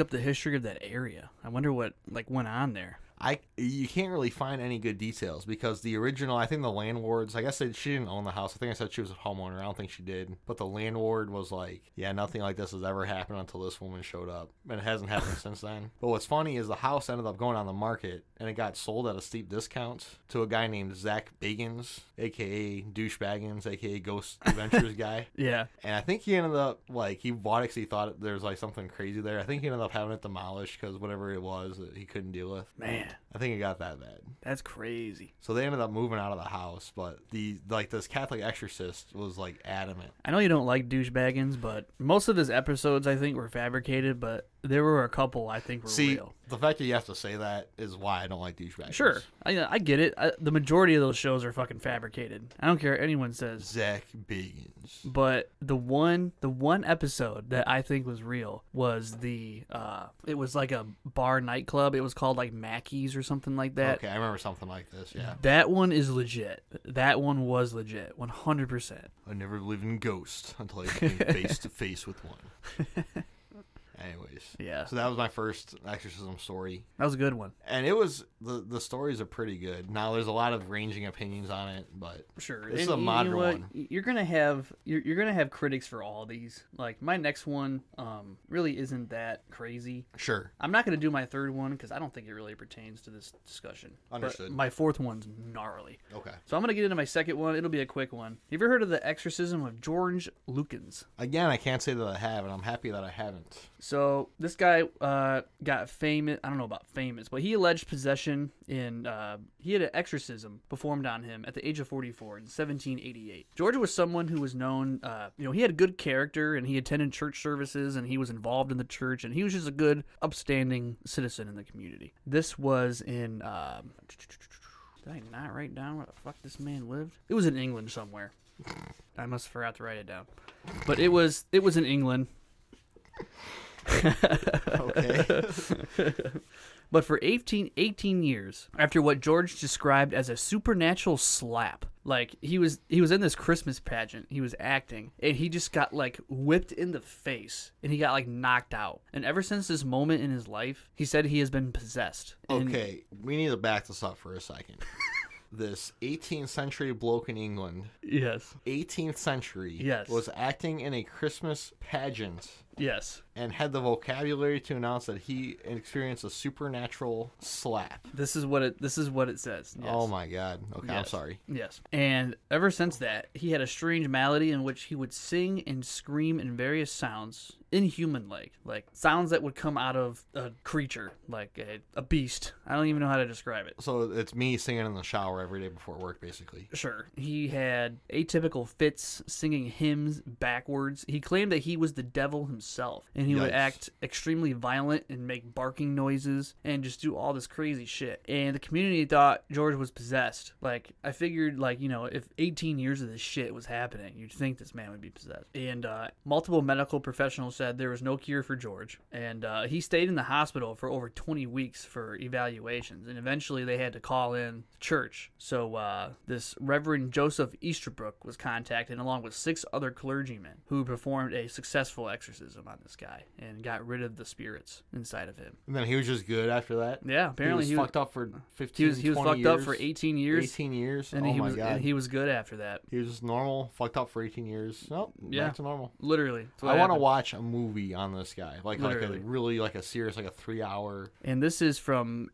Speaker 1: up the history of that area. I wonder what like went on there.
Speaker 2: I, you can't really find any good details because the original, I think the landlords, I guess they, she didn't own the house. I think I said she was a homeowner. I don't think she did, but the landlord was like, "Yeah, nothing like this has ever happened until this woman showed up, and it hasn't happened since then." But what's funny is the house ended up going on the market, and it got sold at a steep discount to a guy named Zach Bagans, aka Douche Baggins, aka Ghost Adventures guy.
Speaker 1: Yeah.
Speaker 2: And I think he ended up like he bought it 'cause he thought there was like something crazy there. I think he ended up having it demolished because whatever it was that he couldn't deal with.
Speaker 1: Man,
Speaker 2: I think it got that bad.
Speaker 1: that's crazy.
Speaker 2: So they ended up moving out of the house, but the like this Catholic exorcist was like adamant.
Speaker 1: I know you don't like douchebaggins, but most of his episodes I think were fabricated, but there were a couple I think were
Speaker 2: See,
Speaker 1: real.
Speaker 2: the fact that you have to say that is why I don't like douchebags.
Speaker 1: Sure, I, I get it. I, the majority of those shows are fucking fabricated. I don't care what anyone says.
Speaker 2: Zach Bagans.
Speaker 1: But the one the one episode that I think was real was the uh it was like a bar nightclub. It was called like Mackey's or something like that. Mm-hmm.
Speaker 2: Okay, I remember something like this. Yeah,
Speaker 1: That one is legit. That one was legit. One hundred percent.
Speaker 2: I never believed in ghosts until I came face to face with one. Anyways.
Speaker 1: Yeah.
Speaker 2: So that was my first exorcism story.
Speaker 1: That was a good one.
Speaker 2: And it was the the stories are pretty good. Now there's a lot of ranging opinions on it, but
Speaker 1: Sure.
Speaker 2: This is
Speaker 1: And
Speaker 2: a
Speaker 1: you know
Speaker 2: modern
Speaker 1: what?
Speaker 2: one.
Speaker 1: Y- You're gonna have you're, you're gonna have critics for all these. Like my next one, um, really isn't that crazy.
Speaker 2: sure.
Speaker 1: I'm not gonna do my third one because I don't think it really pertains to this discussion. But
Speaker 2: Understood.
Speaker 1: my fourth one's gnarly.
Speaker 2: Okay.
Speaker 1: So I'm gonna get into my second one. It'll be a quick one. You ever heard of the exorcism of George Lukens?
Speaker 2: Again, I can't say that I have, and I'm happy that I haven't.
Speaker 1: So this guy uh, got famous. I don't know about famous, but he alleged possession in. Uh, he had an exorcism performed on him at the age of 44 in 1788. George was someone who was known. Uh, you know, he had good character and he attended church services and he was involved in the church and he was just a good, upstanding citizen in the community. This was in. Um, did I not write down where the fuck this man lived? It was in England somewhere. I must have forgot to write it down, but it was it was in England.
Speaker 2: Okay.
Speaker 1: But for 18, 18 years, after what George described as a supernatural slap, like he was he was in this Christmas pageant, he was acting, and he just got like whipped in the face, and he got like knocked out. And ever since this moment in his life, he said he has been possessed. And-
Speaker 2: okay, we need to back this up for a second. this 18th century bloke in England,
Speaker 1: yes.
Speaker 2: 18th century,
Speaker 1: Yes.
Speaker 2: was acting in a Christmas pageant
Speaker 1: Yes.
Speaker 2: and had the vocabulary to announce that he experienced a supernatural slap.
Speaker 1: This is what it this is what it says. Yes.
Speaker 2: Oh my god. Okay, I'm
Speaker 1: Yes.
Speaker 2: sorry.
Speaker 1: Yes. And ever since that, he had a strange malady in which he would sing and scream in various sounds, inhuman like, like sounds that would come out of a creature, like a, a beast. I don't even know how to describe it.
Speaker 2: So it's me singing in the shower every day before work, basically.
Speaker 1: Sure. He had atypical fits, singing hymns backwards. He claimed that he was the devil himself, and he would
Speaker 2: Yikes.
Speaker 1: act extremely violent and make barking noises and just do all this crazy shit. And the community thought George was possessed. Like, I figured, like, you know, if 18 years of this shit was happening, you'd think this man would be possessed. And uh, multiple medical professionals said there was no cure for George. And uh, he stayed in the hospital for over 20 weeks for evaluations. And eventually they had to call in church. So uh, this Reverend Joseph Easterbrook was contacted along with six other clergymen who performed a successful exorcism on this guy and got rid of the spirits inside of him.
Speaker 2: And then he was just good after that.
Speaker 1: Yeah, apparently
Speaker 2: he was fucked up for 15
Speaker 1: he was, he was
Speaker 2: 20
Speaker 1: fucked
Speaker 2: years,
Speaker 1: up for 18 years.
Speaker 2: 18 years.
Speaker 1: And
Speaker 2: oh
Speaker 1: he
Speaker 2: my
Speaker 1: was
Speaker 2: god.
Speaker 1: and
Speaker 2: he,
Speaker 1: he was good after that.
Speaker 2: was just normal, fucked up for 18 years. Nope,
Speaker 1: Yeah.
Speaker 2: back to normal.
Speaker 1: Literally. That's what
Speaker 2: I want to
Speaker 1: happened.
Speaker 2: watch a movie on this guy, like
Speaker 1: Literally.
Speaker 2: like a really like a serious like a three hour.
Speaker 1: And this is from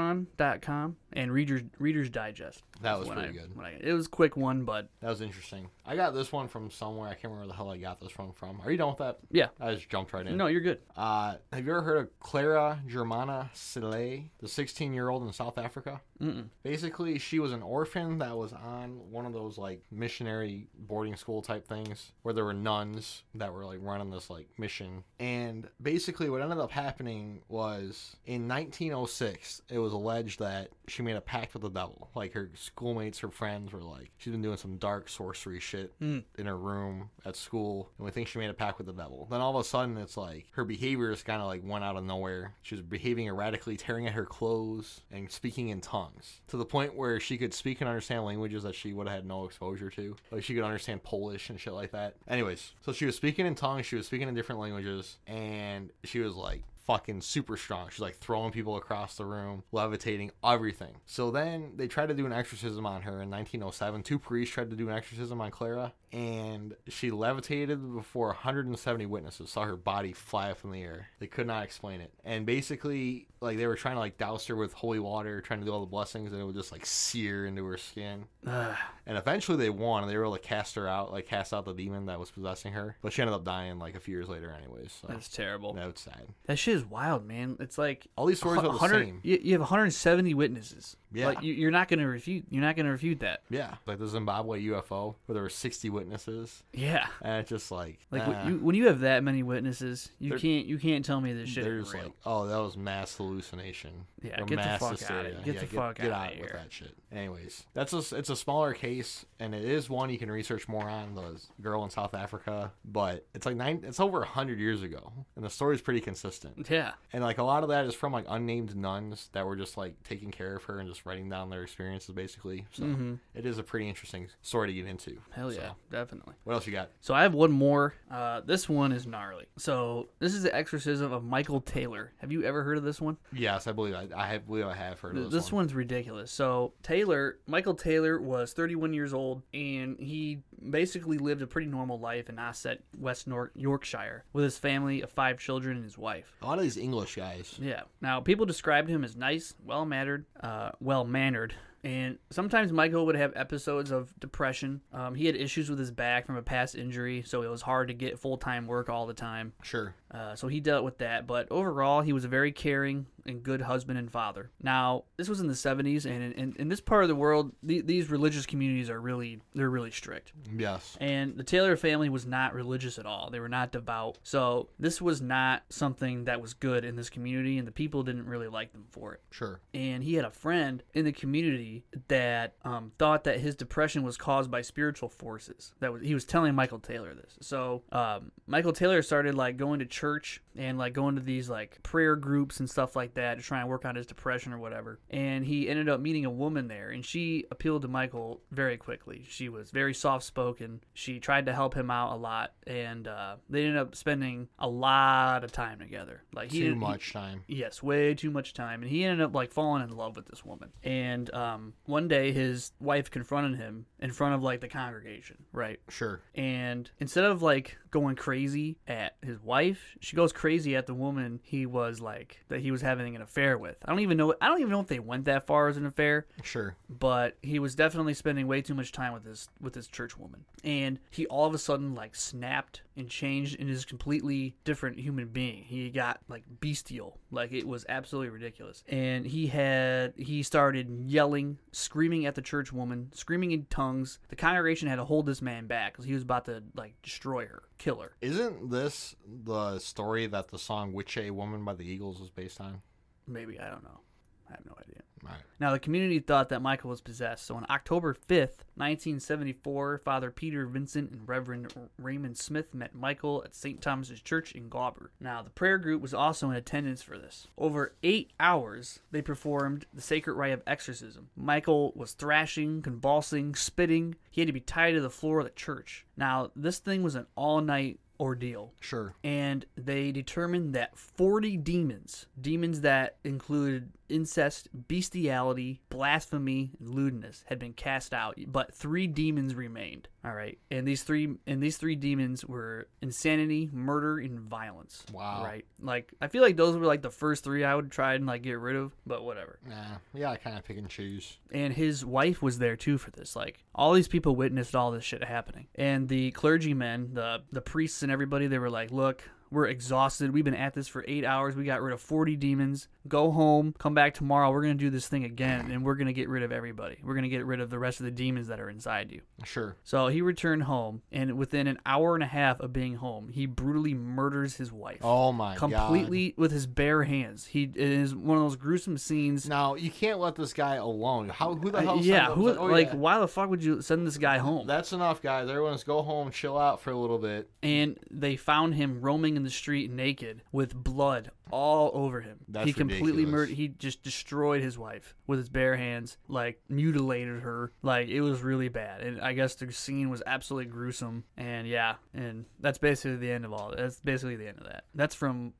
Speaker 1: Elktron.com and Reader's, Reader's Digest.
Speaker 2: That
Speaker 1: is
Speaker 2: was
Speaker 1: when
Speaker 2: pretty
Speaker 1: I-
Speaker 2: good.
Speaker 1: when I- it was a quick one, but
Speaker 2: That was interesting. I got this one from somewhere. I can't remember the hell I got this one from. Are you done with that?
Speaker 1: yeah.
Speaker 2: I just jumped right in.
Speaker 1: No, you're good.
Speaker 2: Uh, have you ever heard of Clara Germana Sile, the 16 year old in South Africa?
Speaker 1: Mm-mm.
Speaker 2: Basically, she was an orphan that was on one of those like missionary boarding school type things where there were nuns that were like running this like mission. And basically, what ended up happening was in 1906, it was alleged that she made a pact with the devil. Like her schoolmates, her friends were like, she's been doing some dark sorcery shit
Speaker 1: Mm.
Speaker 2: in her room at school, and we think she made a pact with the devil. Then all of a sudden, it's like her behavior just kind of like went out of nowhere. She was behaving erratically, tearing at her clothes, and speaking in tongues to the point where she could speak and understand languages that she would have had no exposure to. Like she could understand Polish and shit like that. Anyways, so she was speaking in tongues, she was speaking in different languages, and she was like fucking super strong. She's like throwing people across the room, levitating, everything. So then they tried to do an exorcism on her in 1907. Two priests tried to do an exorcism on Clara, and she levitated before 170 witnesses saw her body fly up in the air. They could not explain it. And basically, like they were trying to like douse her with holy water, trying to do all the blessings, and it would just like sear into her skin.
Speaker 1: Ah,
Speaker 2: And eventually they won. and They were able to cast her out, like cast out the demon that was possessing her. But she ended up dying like a few years later, anyways. So
Speaker 1: that's terrible.
Speaker 2: that's sad.
Speaker 1: That shit is wild, man. It's like
Speaker 2: All these stories are the
Speaker 1: 100
Speaker 2: same.
Speaker 1: You, you have 170 witnesses.
Speaker 2: Yeah.
Speaker 1: Like you, you're not gonna refute. You're not gonna refute that.
Speaker 2: Yeah, like the Zimbabwe UFO where there were 60 witnesses,
Speaker 1: Yeah.
Speaker 2: and it's just like
Speaker 1: Like
Speaker 2: eh,
Speaker 1: when you when you have that many witnesses, you
Speaker 2: They're-
Speaker 1: can't you can't tell me this shit
Speaker 2: they're
Speaker 1: is
Speaker 2: just
Speaker 1: real.
Speaker 2: like, oh, that was mass hallucination.
Speaker 1: Yeah,
Speaker 2: or
Speaker 1: get the
Speaker 2: mass
Speaker 1: fuck outta
Speaker 2: hysteria.
Speaker 1: here. Get
Speaker 2: Yeah,
Speaker 1: the fuck
Speaker 2: get
Speaker 1: outta
Speaker 2: out with
Speaker 1: here.
Speaker 2: that shit. Anyways, that's a, s- it's a smaller case, and it is one you can research more on. The girl in South Africa, but it's like nine, it's over hundred years ago, and the story's pretty consistent.
Speaker 1: yeah.
Speaker 2: And like a lot of that is from like unnamed nuns that were just like taking care of her and just writing down their experiences basically. So it is a pretty interesting story to get into.
Speaker 1: Mm-hmm. Hell
Speaker 2: So,
Speaker 1: yeah. definitely.
Speaker 2: What else you got?
Speaker 1: So I have one more. Uh, this one is gnarly. So this is the exorcism of Michael Taylor. Have you ever heard of this one?
Speaker 2: Yes, I believe I, I have, believe I have heard of this,
Speaker 1: This
Speaker 2: one.
Speaker 1: one's ridiculous. So Taylor, Michael Taylor was 31 years old, and he basically lived a pretty normal life in Osset, West Nor- Yorkshire, with his family of five children and his wife.
Speaker 2: A lot of these English guys.
Speaker 1: Yeah. Now people described him as nice, well mannered, uh, well mannered. And sometimes Michael would have episodes of depression. Um, he had issues with his back from a past injury, so it was hard to get full time work all the time.
Speaker 2: Sure.
Speaker 1: Uh, so he dealt with that, but overall, he was a very caring and good husband and father. Now, this was in the 70s, and in, in, in this part of the world, the, these religious communities are really they're really strict.
Speaker 2: Yes.
Speaker 1: And the Taylor family was not religious at all; they were not devout. So this was not something that was good in this community, and the people didn't really like them for it.
Speaker 2: Sure.
Speaker 1: And he had a friend in the community that um, thought that his depression was caused by spiritual forces. That was he was telling Michael Taylor this. So um, Michael Taylor started like going to church and like going to these like prayer groups and stuff like that to try and work on his depression or whatever. And he ended up meeting a woman there, and she appealed to Michael very quickly. She was very soft spoken. She tried to help him out a lot, and uh, they ended up spending a lot of time together. Like he
Speaker 2: Too
Speaker 1: didn't- he-
Speaker 2: much time.
Speaker 1: Yes, way too much time. And he ended up like falling in love with this woman. And um, one day his wife confronted him in front of like the congregation, right?
Speaker 2: Sure.
Speaker 1: And instead of like going crazy at his wife, she goes crazy at the woman he was like that he was having an affair with. I don't even know. I don't even know if they went that far as an affair
Speaker 2: Sure.
Speaker 1: but he was definitely spending way too much time with this with this church woman and he all of a sudden like snapped and changed and is a completely different human being he got like bestial like it was absolutely ridiculous and he had he started yelling screaming at the church woman screaming in tongues the congregation had to hold this man back because he was about to like destroy her kill her
Speaker 2: Isn't this the story that the song Witch a Woman by the Eagles was based on?
Speaker 1: maybe i don't know i have no idea
Speaker 2: All right.
Speaker 1: Now, the community thought that Michael was possessed, so on October 5th, 1974, Father Peter Vincent and Reverend Raymond Smith met Michael at St. Thomas's Church in Glauber. Now, the prayer group was also in attendance for this. Over eight hours, they performed the sacred rite of exorcism. Michael was thrashing, convulsing, spitting. He had to be tied to the floor of the church. Now, this thing was an all night ordeal
Speaker 2: Sure.
Speaker 1: and they determined that 40 demons, demons that included incest, bestiality, blasphemy, and lewdness, had been cast out, but three demons remained. All right, and these three and these three demons were insanity, murder, and violence.
Speaker 2: Wow.
Speaker 1: Right, like I feel like those were like the first three I would try and like get rid of, but whatever
Speaker 2: Nah. Yeah, I kind of pick and choose.
Speaker 1: and his wife was there too for this. Like all these people witnessed all this shit happening, and the clergymen, the the priests, and everybody, they were like, "Look, we're exhausted. We've been at this for eight hours. We got rid of forty demons. Go home. Come back tomorrow. We're gonna do this thing again, and we're gonna get rid of everybody. We're gonna get rid of the rest of the demons that are inside you."
Speaker 2: Sure.
Speaker 1: So he returned home, and within an hour and a half of being home, he brutally murders his wife.
Speaker 2: Oh my god.
Speaker 1: Completely with his bare hands. He it is one of those gruesome scenes.
Speaker 2: Now you can't let this guy alone. How? Who the
Speaker 1: Uh,
Speaker 2: hell? said
Speaker 1: yeah,
Speaker 2: that?
Speaker 1: who
Speaker 2: Was oh,
Speaker 1: like
Speaker 2: yeah.
Speaker 1: why the fuck would you send this guy home?
Speaker 2: That's enough, guys. Everyone's go home, chill out for a little bit.
Speaker 1: and they found him roaming in the street naked with blood all over him.
Speaker 2: That's
Speaker 1: he completely
Speaker 2: ridiculous.
Speaker 1: murdered. He just destroyed his wife with his bare hands, like mutilated her. Like it was really bad. And I guess the scene was absolutely gruesome. And yeah, and that's basically the end of all. That's basically the end of that. That's from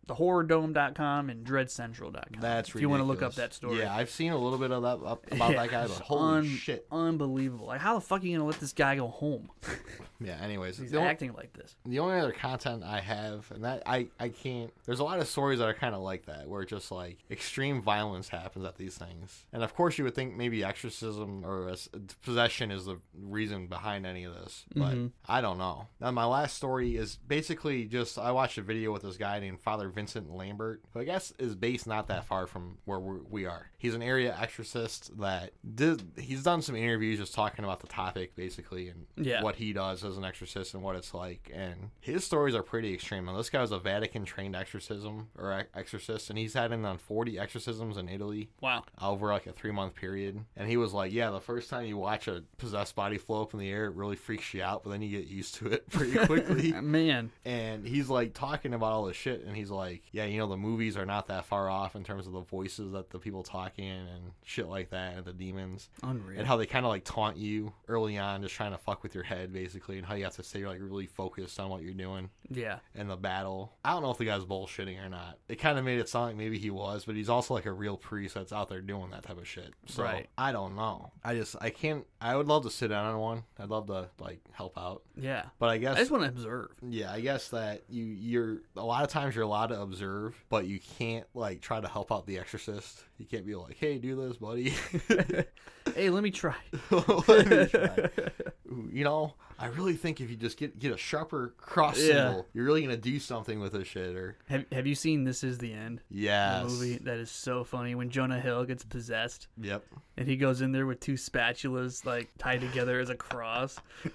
Speaker 1: thehorrordome.com and dreadcentral.com.
Speaker 2: That's
Speaker 1: if you want to look up
Speaker 2: ridiculous.
Speaker 1: that story.
Speaker 2: Yeah, I've seen a little bit of that up about
Speaker 1: Yeah,
Speaker 2: that guy,
Speaker 1: it's
Speaker 2: but holy
Speaker 1: un-
Speaker 2: shit.
Speaker 1: Unbelievable. Like, how the fuck are you going to let this guy go home?
Speaker 2: Yeah. Anyways,
Speaker 1: He's
Speaker 2: the only-
Speaker 1: acting like this.
Speaker 2: the only other content I have, and that I, I can't. There's a lot of stories that are kind of like that, where just like extreme violence happens at these things. And of course, you would think maybe exorcism or a s- possession is the reason behind any of this, but I don't know. Now, my last story is basically just I watched a video with this guy named Father Vincent Lambert, who I guess is based not that far from where we're, we are. He's an area exorcist that did. He's done some interviews just talking about the topic basically and
Speaker 1: Yeah.
Speaker 2: what he does as an exorcist and what it's like. And his stories are pretty extreme. Now, this guy was a Vatican trained exorcism or exorcist, and he's had in on 40 exorcisms in Italy
Speaker 1: Wow.
Speaker 2: over like a three month period. And he was like, Yeah, the first time you watch a possessed body flow up in the air, it really freaks you out, but then you get used to it pretty quickly.
Speaker 1: Man.
Speaker 2: and he's like talking about all this shit, and he's like, Yeah, you know, the movies are not that far off in terms of the voices that the people talking and shit like that, and the demons
Speaker 1: Unreal.
Speaker 2: and how they kind of like taunt you early on, just trying to fuck with your head basically, and how you have to stay like really focused on what you're doing
Speaker 1: yeah.
Speaker 2: in the battle. I don't know if the guy's bullshitting or not. It kind of made it sound like maybe he was, but he's also like a real priest that's out there doing that type of shit. So
Speaker 1: Right.
Speaker 2: I don't know. I just I can't. I would love to sit down on one. I'd love to like help out,
Speaker 1: Yeah.
Speaker 2: but I
Speaker 1: I
Speaker 2: guess
Speaker 1: just want to observe.
Speaker 2: yeah, I guess that you you're a lot of times you're allowed to observe, but you can't like try to help out the exorcist. You can't be like, hey, do this, buddy.
Speaker 1: Hey, let me try.
Speaker 2: Let me try. you know, I really think if you just get get a sharper cross
Speaker 1: Yeah.
Speaker 2: symbol, you're really gonna do something with this shit. Or
Speaker 1: Have Have you seen This Is the End?
Speaker 2: yes,
Speaker 1: The movie that is so funny when Jonah Hill gets possessed
Speaker 2: yep.
Speaker 1: and he goes in there with two spatulas like tied together as a cross.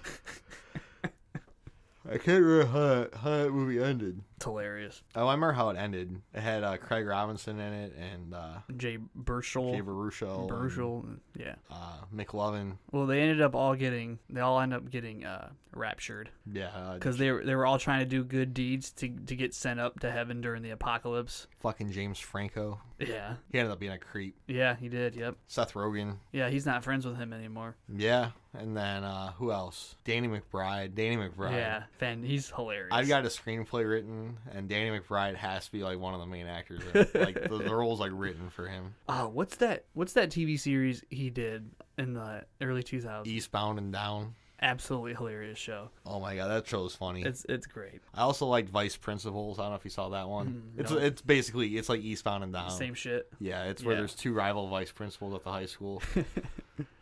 Speaker 2: I can't remember how that, how that movie ended.
Speaker 1: It's hilarious.
Speaker 2: Oh, I remember how it ended. It had uh, Craig Robinson in it and uh,
Speaker 1: Jay Burchell.
Speaker 2: Jay Baruchel,
Speaker 1: Burchell. Yeah.
Speaker 2: uh, McLovin.
Speaker 1: Well, they ended up all getting. They all end up getting uh, raptured
Speaker 2: Yeah, uh,
Speaker 1: because they were they were all trying to do good deeds to to get sent up to heaven during the apocalypse.
Speaker 2: fucking James Franco.
Speaker 1: Yeah.
Speaker 2: He ended up being a creep.
Speaker 1: Yeah. He did. Yep.
Speaker 2: Seth Rogen.
Speaker 1: Yeah. He's not friends with him anymore.
Speaker 2: Yeah, and then uh, who else? Danny McBride. Danny McBride.
Speaker 1: Yeah. Fan. He's hilarious.
Speaker 2: I've got a screenplay written, and Danny McBride has to be like one of the main actors. In it. Like the, the role's like written for him.
Speaker 1: Oh, what's that? What's that TV series he did in the early 2000s?
Speaker 2: Eastbound and Down.
Speaker 1: Absolutely hilarious show.
Speaker 2: Oh my god, that show's funny.
Speaker 1: It's it's great.
Speaker 2: I also liked Vice Principals. I don't know if you saw that one.
Speaker 1: Mm,
Speaker 2: it's
Speaker 1: no.
Speaker 2: it's basically it's like Eastbound and Down.
Speaker 1: Same shit.
Speaker 2: Yeah, it's where
Speaker 1: Yeah.
Speaker 2: there's two rival vice principals at the high school,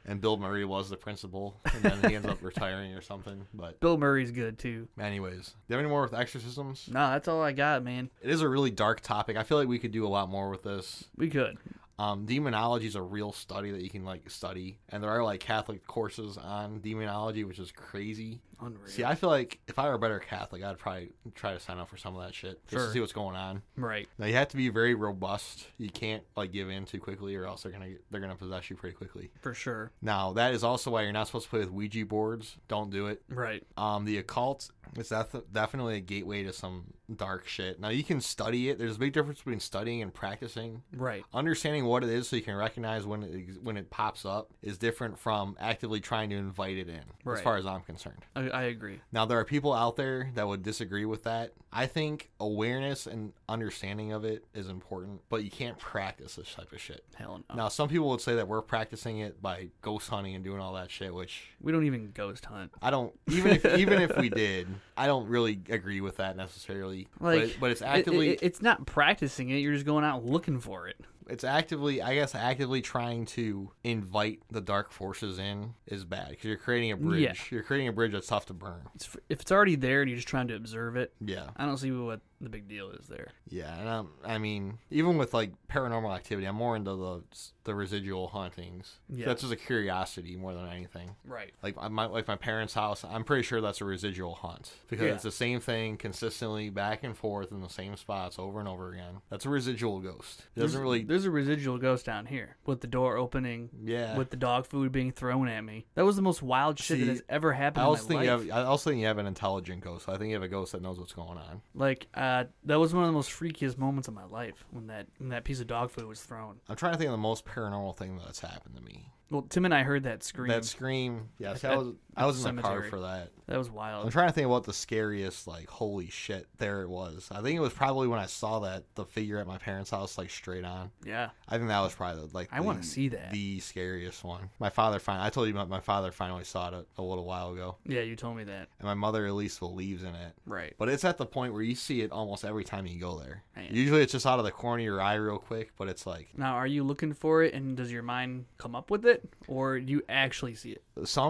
Speaker 2: and Bill Murray was the principal, and then he ends up retiring or something. But
Speaker 1: Bill Murray's good too.
Speaker 2: anyways, do you have any more with exorcisms?
Speaker 1: No, that's all I got, man.
Speaker 2: It is a really dark topic. I feel like we could do a lot more with this.
Speaker 1: We could.
Speaker 2: Um, demonology is a real study that you can like study, and there are like Catholic courses on demonology, which is crazy.
Speaker 1: Unreal.
Speaker 2: See, I feel like if I were a better Catholic, I'd probably try to sign up for some of that shit just
Speaker 1: Sure.
Speaker 2: to see what's going on.
Speaker 1: right.
Speaker 2: Now you have to be very robust. You can't like give in too quickly, or else they're gonna they're gonna possess you pretty quickly.
Speaker 1: For sure.
Speaker 2: Now that is also why you're not supposed to play with Ouija boards. Don't do it.
Speaker 1: Right.
Speaker 2: Um, the occult is def- definitely a gateway to some dark shit. Now you can study it. There's a big difference between studying and practicing
Speaker 1: Right.
Speaker 2: understanding what it is so you can recognize when it ex- when it pops up is different from actively trying to invite it in
Speaker 1: Right.
Speaker 2: as far as i'm concerned
Speaker 1: I, I agree.
Speaker 2: now there are people out there that would disagree with that i think awareness and understanding of it is important but you can't practice this type of shit
Speaker 1: Hell no.
Speaker 2: now some people would say that we're practicing it by ghost hunting and doing all that shit which
Speaker 1: We don't even ghost hunt.
Speaker 2: I don't even if even if we did, I don't really agree with that necessarily.
Speaker 1: Like,
Speaker 2: but, but it's
Speaker 1: It- it-
Speaker 2: actively
Speaker 1: it- it's not practicing it. You're just going out looking for it.
Speaker 2: it's actively i guess actively trying to invite the dark forces in is bad because you're creating a bridge
Speaker 1: Yeah.
Speaker 2: you're creating a bridge that's tough to burn
Speaker 1: It's, f- if it's already there and you're just trying to observe it,
Speaker 2: yeah
Speaker 1: I don't see what the big deal is there.
Speaker 2: yeah and I'm, i mean even with like paranormal activity i'm more into the the residual hauntings
Speaker 1: Yeah.
Speaker 2: that's just a curiosity more than anything
Speaker 1: Right.
Speaker 2: like I- my like my parents' house, I'm pretty sure that's a residual haunt because
Speaker 1: Yeah.
Speaker 2: it's the same thing consistently back and forth in the same spots over and over again. That's a residual ghost. It doesn't really,
Speaker 1: There's a residual ghost down here with the door opening,
Speaker 2: yeah.
Speaker 1: with the dog food being thrown at me. That was the most wild shit that
Speaker 2: See,
Speaker 1: has ever
Speaker 2: I
Speaker 1: happened in my
Speaker 2: also think
Speaker 1: life.
Speaker 2: you have, I also think you have an intelligent ghost. I think you have a ghost that knows what's going on.
Speaker 1: Like, uh, that was one of the most freakiest moments of my life when that when that piece of dog food was thrown.
Speaker 2: I'm trying to think of the most paranormal thing that's happened to me.
Speaker 1: Well, Tim and I heard that scream.
Speaker 2: That scream. Yes,
Speaker 1: at-
Speaker 2: I was I was in
Speaker 1: the
Speaker 2: the car
Speaker 1: cemetery.
Speaker 2: for that.
Speaker 1: That was
Speaker 2: I'm
Speaker 1: wild.
Speaker 2: trying to think of what the scariest like holy shit there it was. I think it was probably when I saw that the figure at my parents' house like straight on.
Speaker 1: Yeah,
Speaker 2: I think that was probably the, like
Speaker 1: I want
Speaker 2: the-
Speaker 1: to see that.
Speaker 2: the scariest one. My father finally I told you about my father finally saw it a, a little while ago,
Speaker 1: yeah, you told me that.
Speaker 2: and my mother at least believes in it.
Speaker 1: Right.
Speaker 2: But it's at the point where you see it almost every time you go there.
Speaker 1: Man.
Speaker 2: Usually it's just out of the corner of your eye real quick, but it's like
Speaker 1: Now, are you looking for it, and does your mind come up with it or do you actually see it?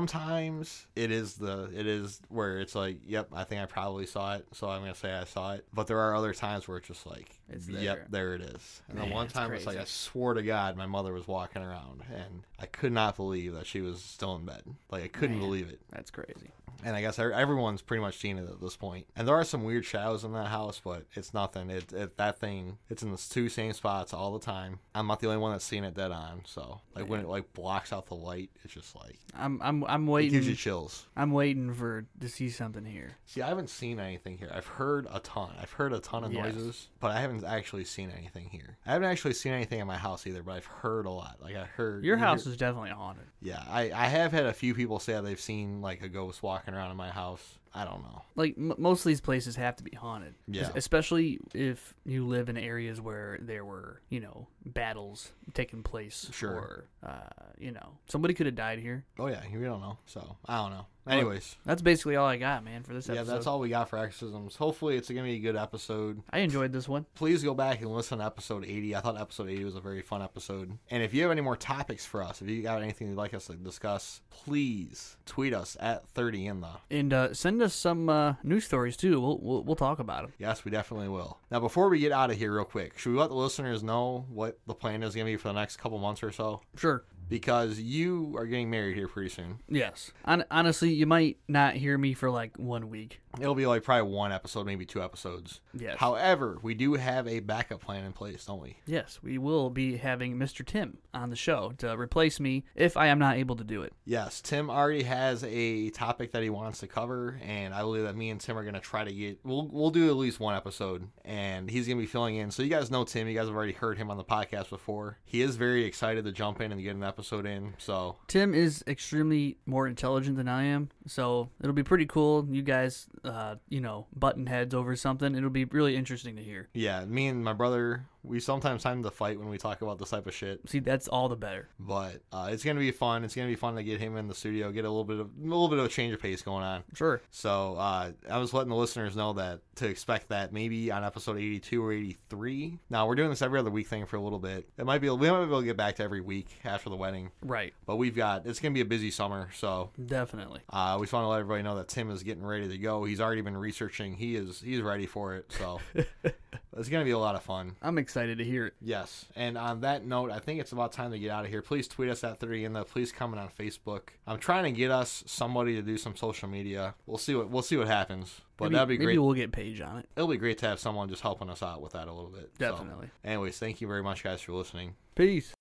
Speaker 2: sometimes it is the it is where it's like yep i think i probably saw it so i'm gonna say i saw it but there are other times where it's just like
Speaker 1: It's there.
Speaker 2: yep there it is and
Speaker 1: Man,
Speaker 2: then one
Speaker 1: that's
Speaker 2: time it's like i
Speaker 1: crazy.
Speaker 2: swore to god my mother was walking around and i could not believe that she was still in bed like i couldn't
Speaker 1: Man.
Speaker 2: believe it
Speaker 1: That's crazy.
Speaker 2: and i guess e- everyone's pretty much seen it at this point point. and there are some weird shadows in that house but it's nothing it, it that thing it's in the two same spots all the time i'm not the only one that's seen it dead on so like when it like blocks out the light it's just like
Speaker 1: I'm I'm I'm
Speaker 2: it gives you
Speaker 1: waiting
Speaker 2: chills
Speaker 1: I'm waiting for to see something here.
Speaker 2: See, I haven't seen anything here. I've heard a ton. I've heard a ton of
Speaker 1: Yes.
Speaker 2: noises, but I haven't actually seen anything here. I haven't actually seen anything in my house either, but I've heard a lot. Like I heard
Speaker 1: Your
Speaker 2: you hear-
Speaker 1: house is definitely haunted.
Speaker 2: yeah, I I have had a few people say they've seen like a ghost walking around in my house. I don't know.
Speaker 1: Like m- most of these places have to be haunted.
Speaker 2: Yeah.
Speaker 1: Es- Especially if you live in areas where there were, you know, battles taking place
Speaker 2: Sure.
Speaker 1: or uh, you know, somebody could have died here.
Speaker 2: Oh yeah, we don't know. So I don't know. Anyways,
Speaker 1: That's basically all I got, man, for this
Speaker 2: yeah,
Speaker 1: episode.
Speaker 2: that's all we got for exorcisms. Hopefully, it's gonna be a good episode.
Speaker 1: I enjoyed this one.
Speaker 2: please go back and listen to episode 80. I thought episode 80 was a very fun episode. And if you have any more topics for us, if you got anything you'd like us to discuss, please tweet us at 30 in the.
Speaker 1: And uh, send us some uh, news stories too. We'll, we'll we'll talk about them.
Speaker 2: Yes, we definitely will. Now, before we get out of here, real quick, should we let the listeners know what the plan is going to be for the next couple months or so?
Speaker 1: Sure.
Speaker 2: Because you are getting married here pretty soon.
Speaker 1: Yes. Hon- honestly, you might not hear me for like one week.
Speaker 2: It'll be like probably one episode, maybe two episodes.
Speaker 1: Yes.
Speaker 2: However, we do have a backup plan in place, don't we?
Speaker 1: Yes, we will be having Mr. Tim on the show to replace me if I am not able to do it.
Speaker 2: Yes, Tim already has a topic that he wants to cover, and I believe that me and Tim are gonna try to get. We'll we'll do at least one episode, and he's gonna be filling in. So you guys know Tim. You guys have already heard him on the podcast before. He is very excited to jump in and get an episode in. So
Speaker 1: Tim is extremely more intelligent than I am, so it'll be pretty cool. You guys, uh, you know, button heads over something. It'll be really interesting to hear.
Speaker 2: yeah, me and my brother, we sometimes time to fight when we talk about this type of shit.
Speaker 1: See, that's all the better.
Speaker 2: But uh, it's gonna be fun. It's gonna be fun to get him in the studio, get a little bit of a little bit of a change of pace going on.
Speaker 1: Sure.
Speaker 2: So uh, I was letting the listeners know that to expect that maybe on episode 82 or 83. Now we're doing this every other week thing for a little bit. It might be we might be able to get back to every week after the wedding,
Speaker 1: Right.
Speaker 2: but we've got it's gonna be a busy summer. So
Speaker 1: Definitely.
Speaker 2: uh, we just want to let everybody know that Tim is getting ready to go. He's already been researching. He is he's ready for it. So it's gonna be a lot of fun.
Speaker 1: I'm excited to hear it.
Speaker 2: Yes. And on that note, I think it's about time to get out of here. Please tweet us at 30 and the please comment on Facebook. I'm trying to get us somebody to do some social media. We'll see what we'll see what happens. But
Speaker 1: Maybe-
Speaker 2: that'd be
Speaker 1: Maybe
Speaker 2: great.
Speaker 1: we'll get Paige on it.
Speaker 2: It'll be great to have someone just helping us out with that a little bit. So,
Speaker 1: Definitely.
Speaker 2: anyways, thank you very much guys for listening.
Speaker 1: Peace.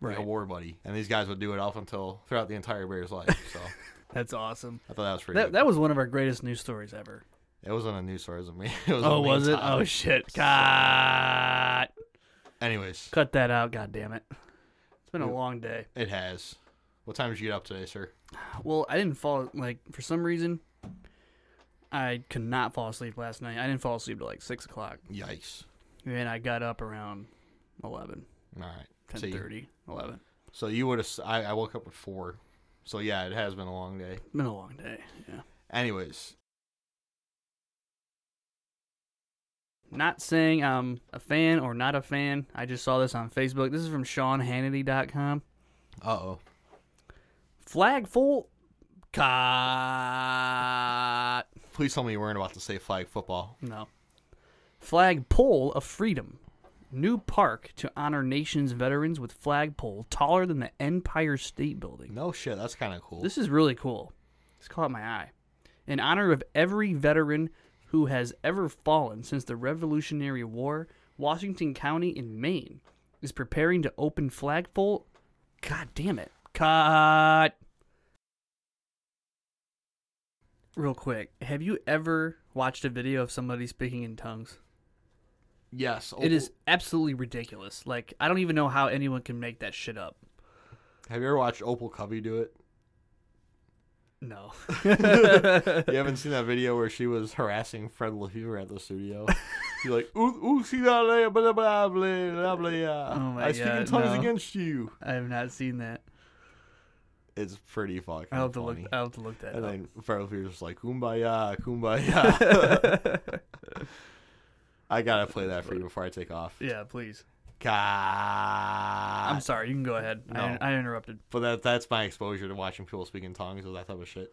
Speaker 2: Like
Speaker 1: Right.
Speaker 2: a war buddy. And these guys would do it up until throughout the entire Bears life. So
Speaker 1: That's awesome.
Speaker 2: I thought that was pretty
Speaker 1: That,
Speaker 2: good.
Speaker 1: that was one of our greatest news stories ever.
Speaker 2: It wasn't a news story, it was a me. It was
Speaker 1: Oh,
Speaker 2: a main
Speaker 1: was it?
Speaker 2: topic.
Speaker 1: Oh shit! Cut.
Speaker 2: Anyways,
Speaker 1: Cut that out. God damn it. It's been a
Speaker 2: Yeah.
Speaker 1: long day.
Speaker 2: it has. What time did you get up today, sir?
Speaker 1: Well, I didn't fall like for some reason. I could not fall asleep last night. I didn't fall asleep till like six o'clock,
Speaker 2: Yikes.
Speaker 1: and I got up around 11,
Speaker 2: All right. See.
Speaker 1: 10:30, 11.
Speaker 2: So you would have. I, I woke up at four. So yeah, it has been a long day.
Speaker 1: It's been a long day. Yeah.
Speaker 2: Anyways,
Speaker 1: Not saying I'm a fan or not a fan. I just saw this on Facebook. This is from SeanHannity.com.
Speaker 2: uh oh.
Speaker 1: Flag full. Cut.
Speaker 2: Please tell me you weren't about to say flag football.
Speaker 1: No. Flagpole of Freedom. New park to honor nation's veterans with flagpole taller than the Empire State Building.
Speaker 2: No shit, that's kind of cool.
Speaker 1: This is really cool. It's caught my eye. In honor of every veteran who has ever fallen since the Revolutionary War, Washington County in Maine is preparing to open flagpole. God damn it. Cut. Real quick, have you ever watched a video of somebody speaking in tongues?
Speaker 2: yes,
Speaker 1: It is absolutely ridiculous. Like, I don't even know how anyone can make that shit up.
Speaker 2: Have you ever watched Opal Covey do it?
Speaker 1: No.
Speaker 2: You haven't seen that video where she was harassing Fred LeFevre at the studio. You're like, ooh, ooh, see that, blah, blah, blah, blah, blah, blah.
Speaker 1: Oh my
Speaker 2: I speak in
Speaker 1: God,
Speaker 2: tongues
Speaker 1: no.
Speaker 2: against you.
Speaker 1: I have not seen that.
Speaker 2: It's pretty fucking
Speaker 1: I'll have to
Speaker 2: funny.
Speaker 1: look. I'll have to look that
Speaker 2: and
Speaker 1: up.
Speaker 2: then Fred LeFevre's just like, kumbaya, kumbaya. I gotta play that for you before I take off.
Speaker 1: yeah, please.
Speaker 2: God.
Speaker 1: I'm sorry. You can go ahead.
Speaker 2: No.
Speaker 1: I, I interrupted.
Speaker 2: But that that's my exposure to watching people speak in tongues or that type of shit.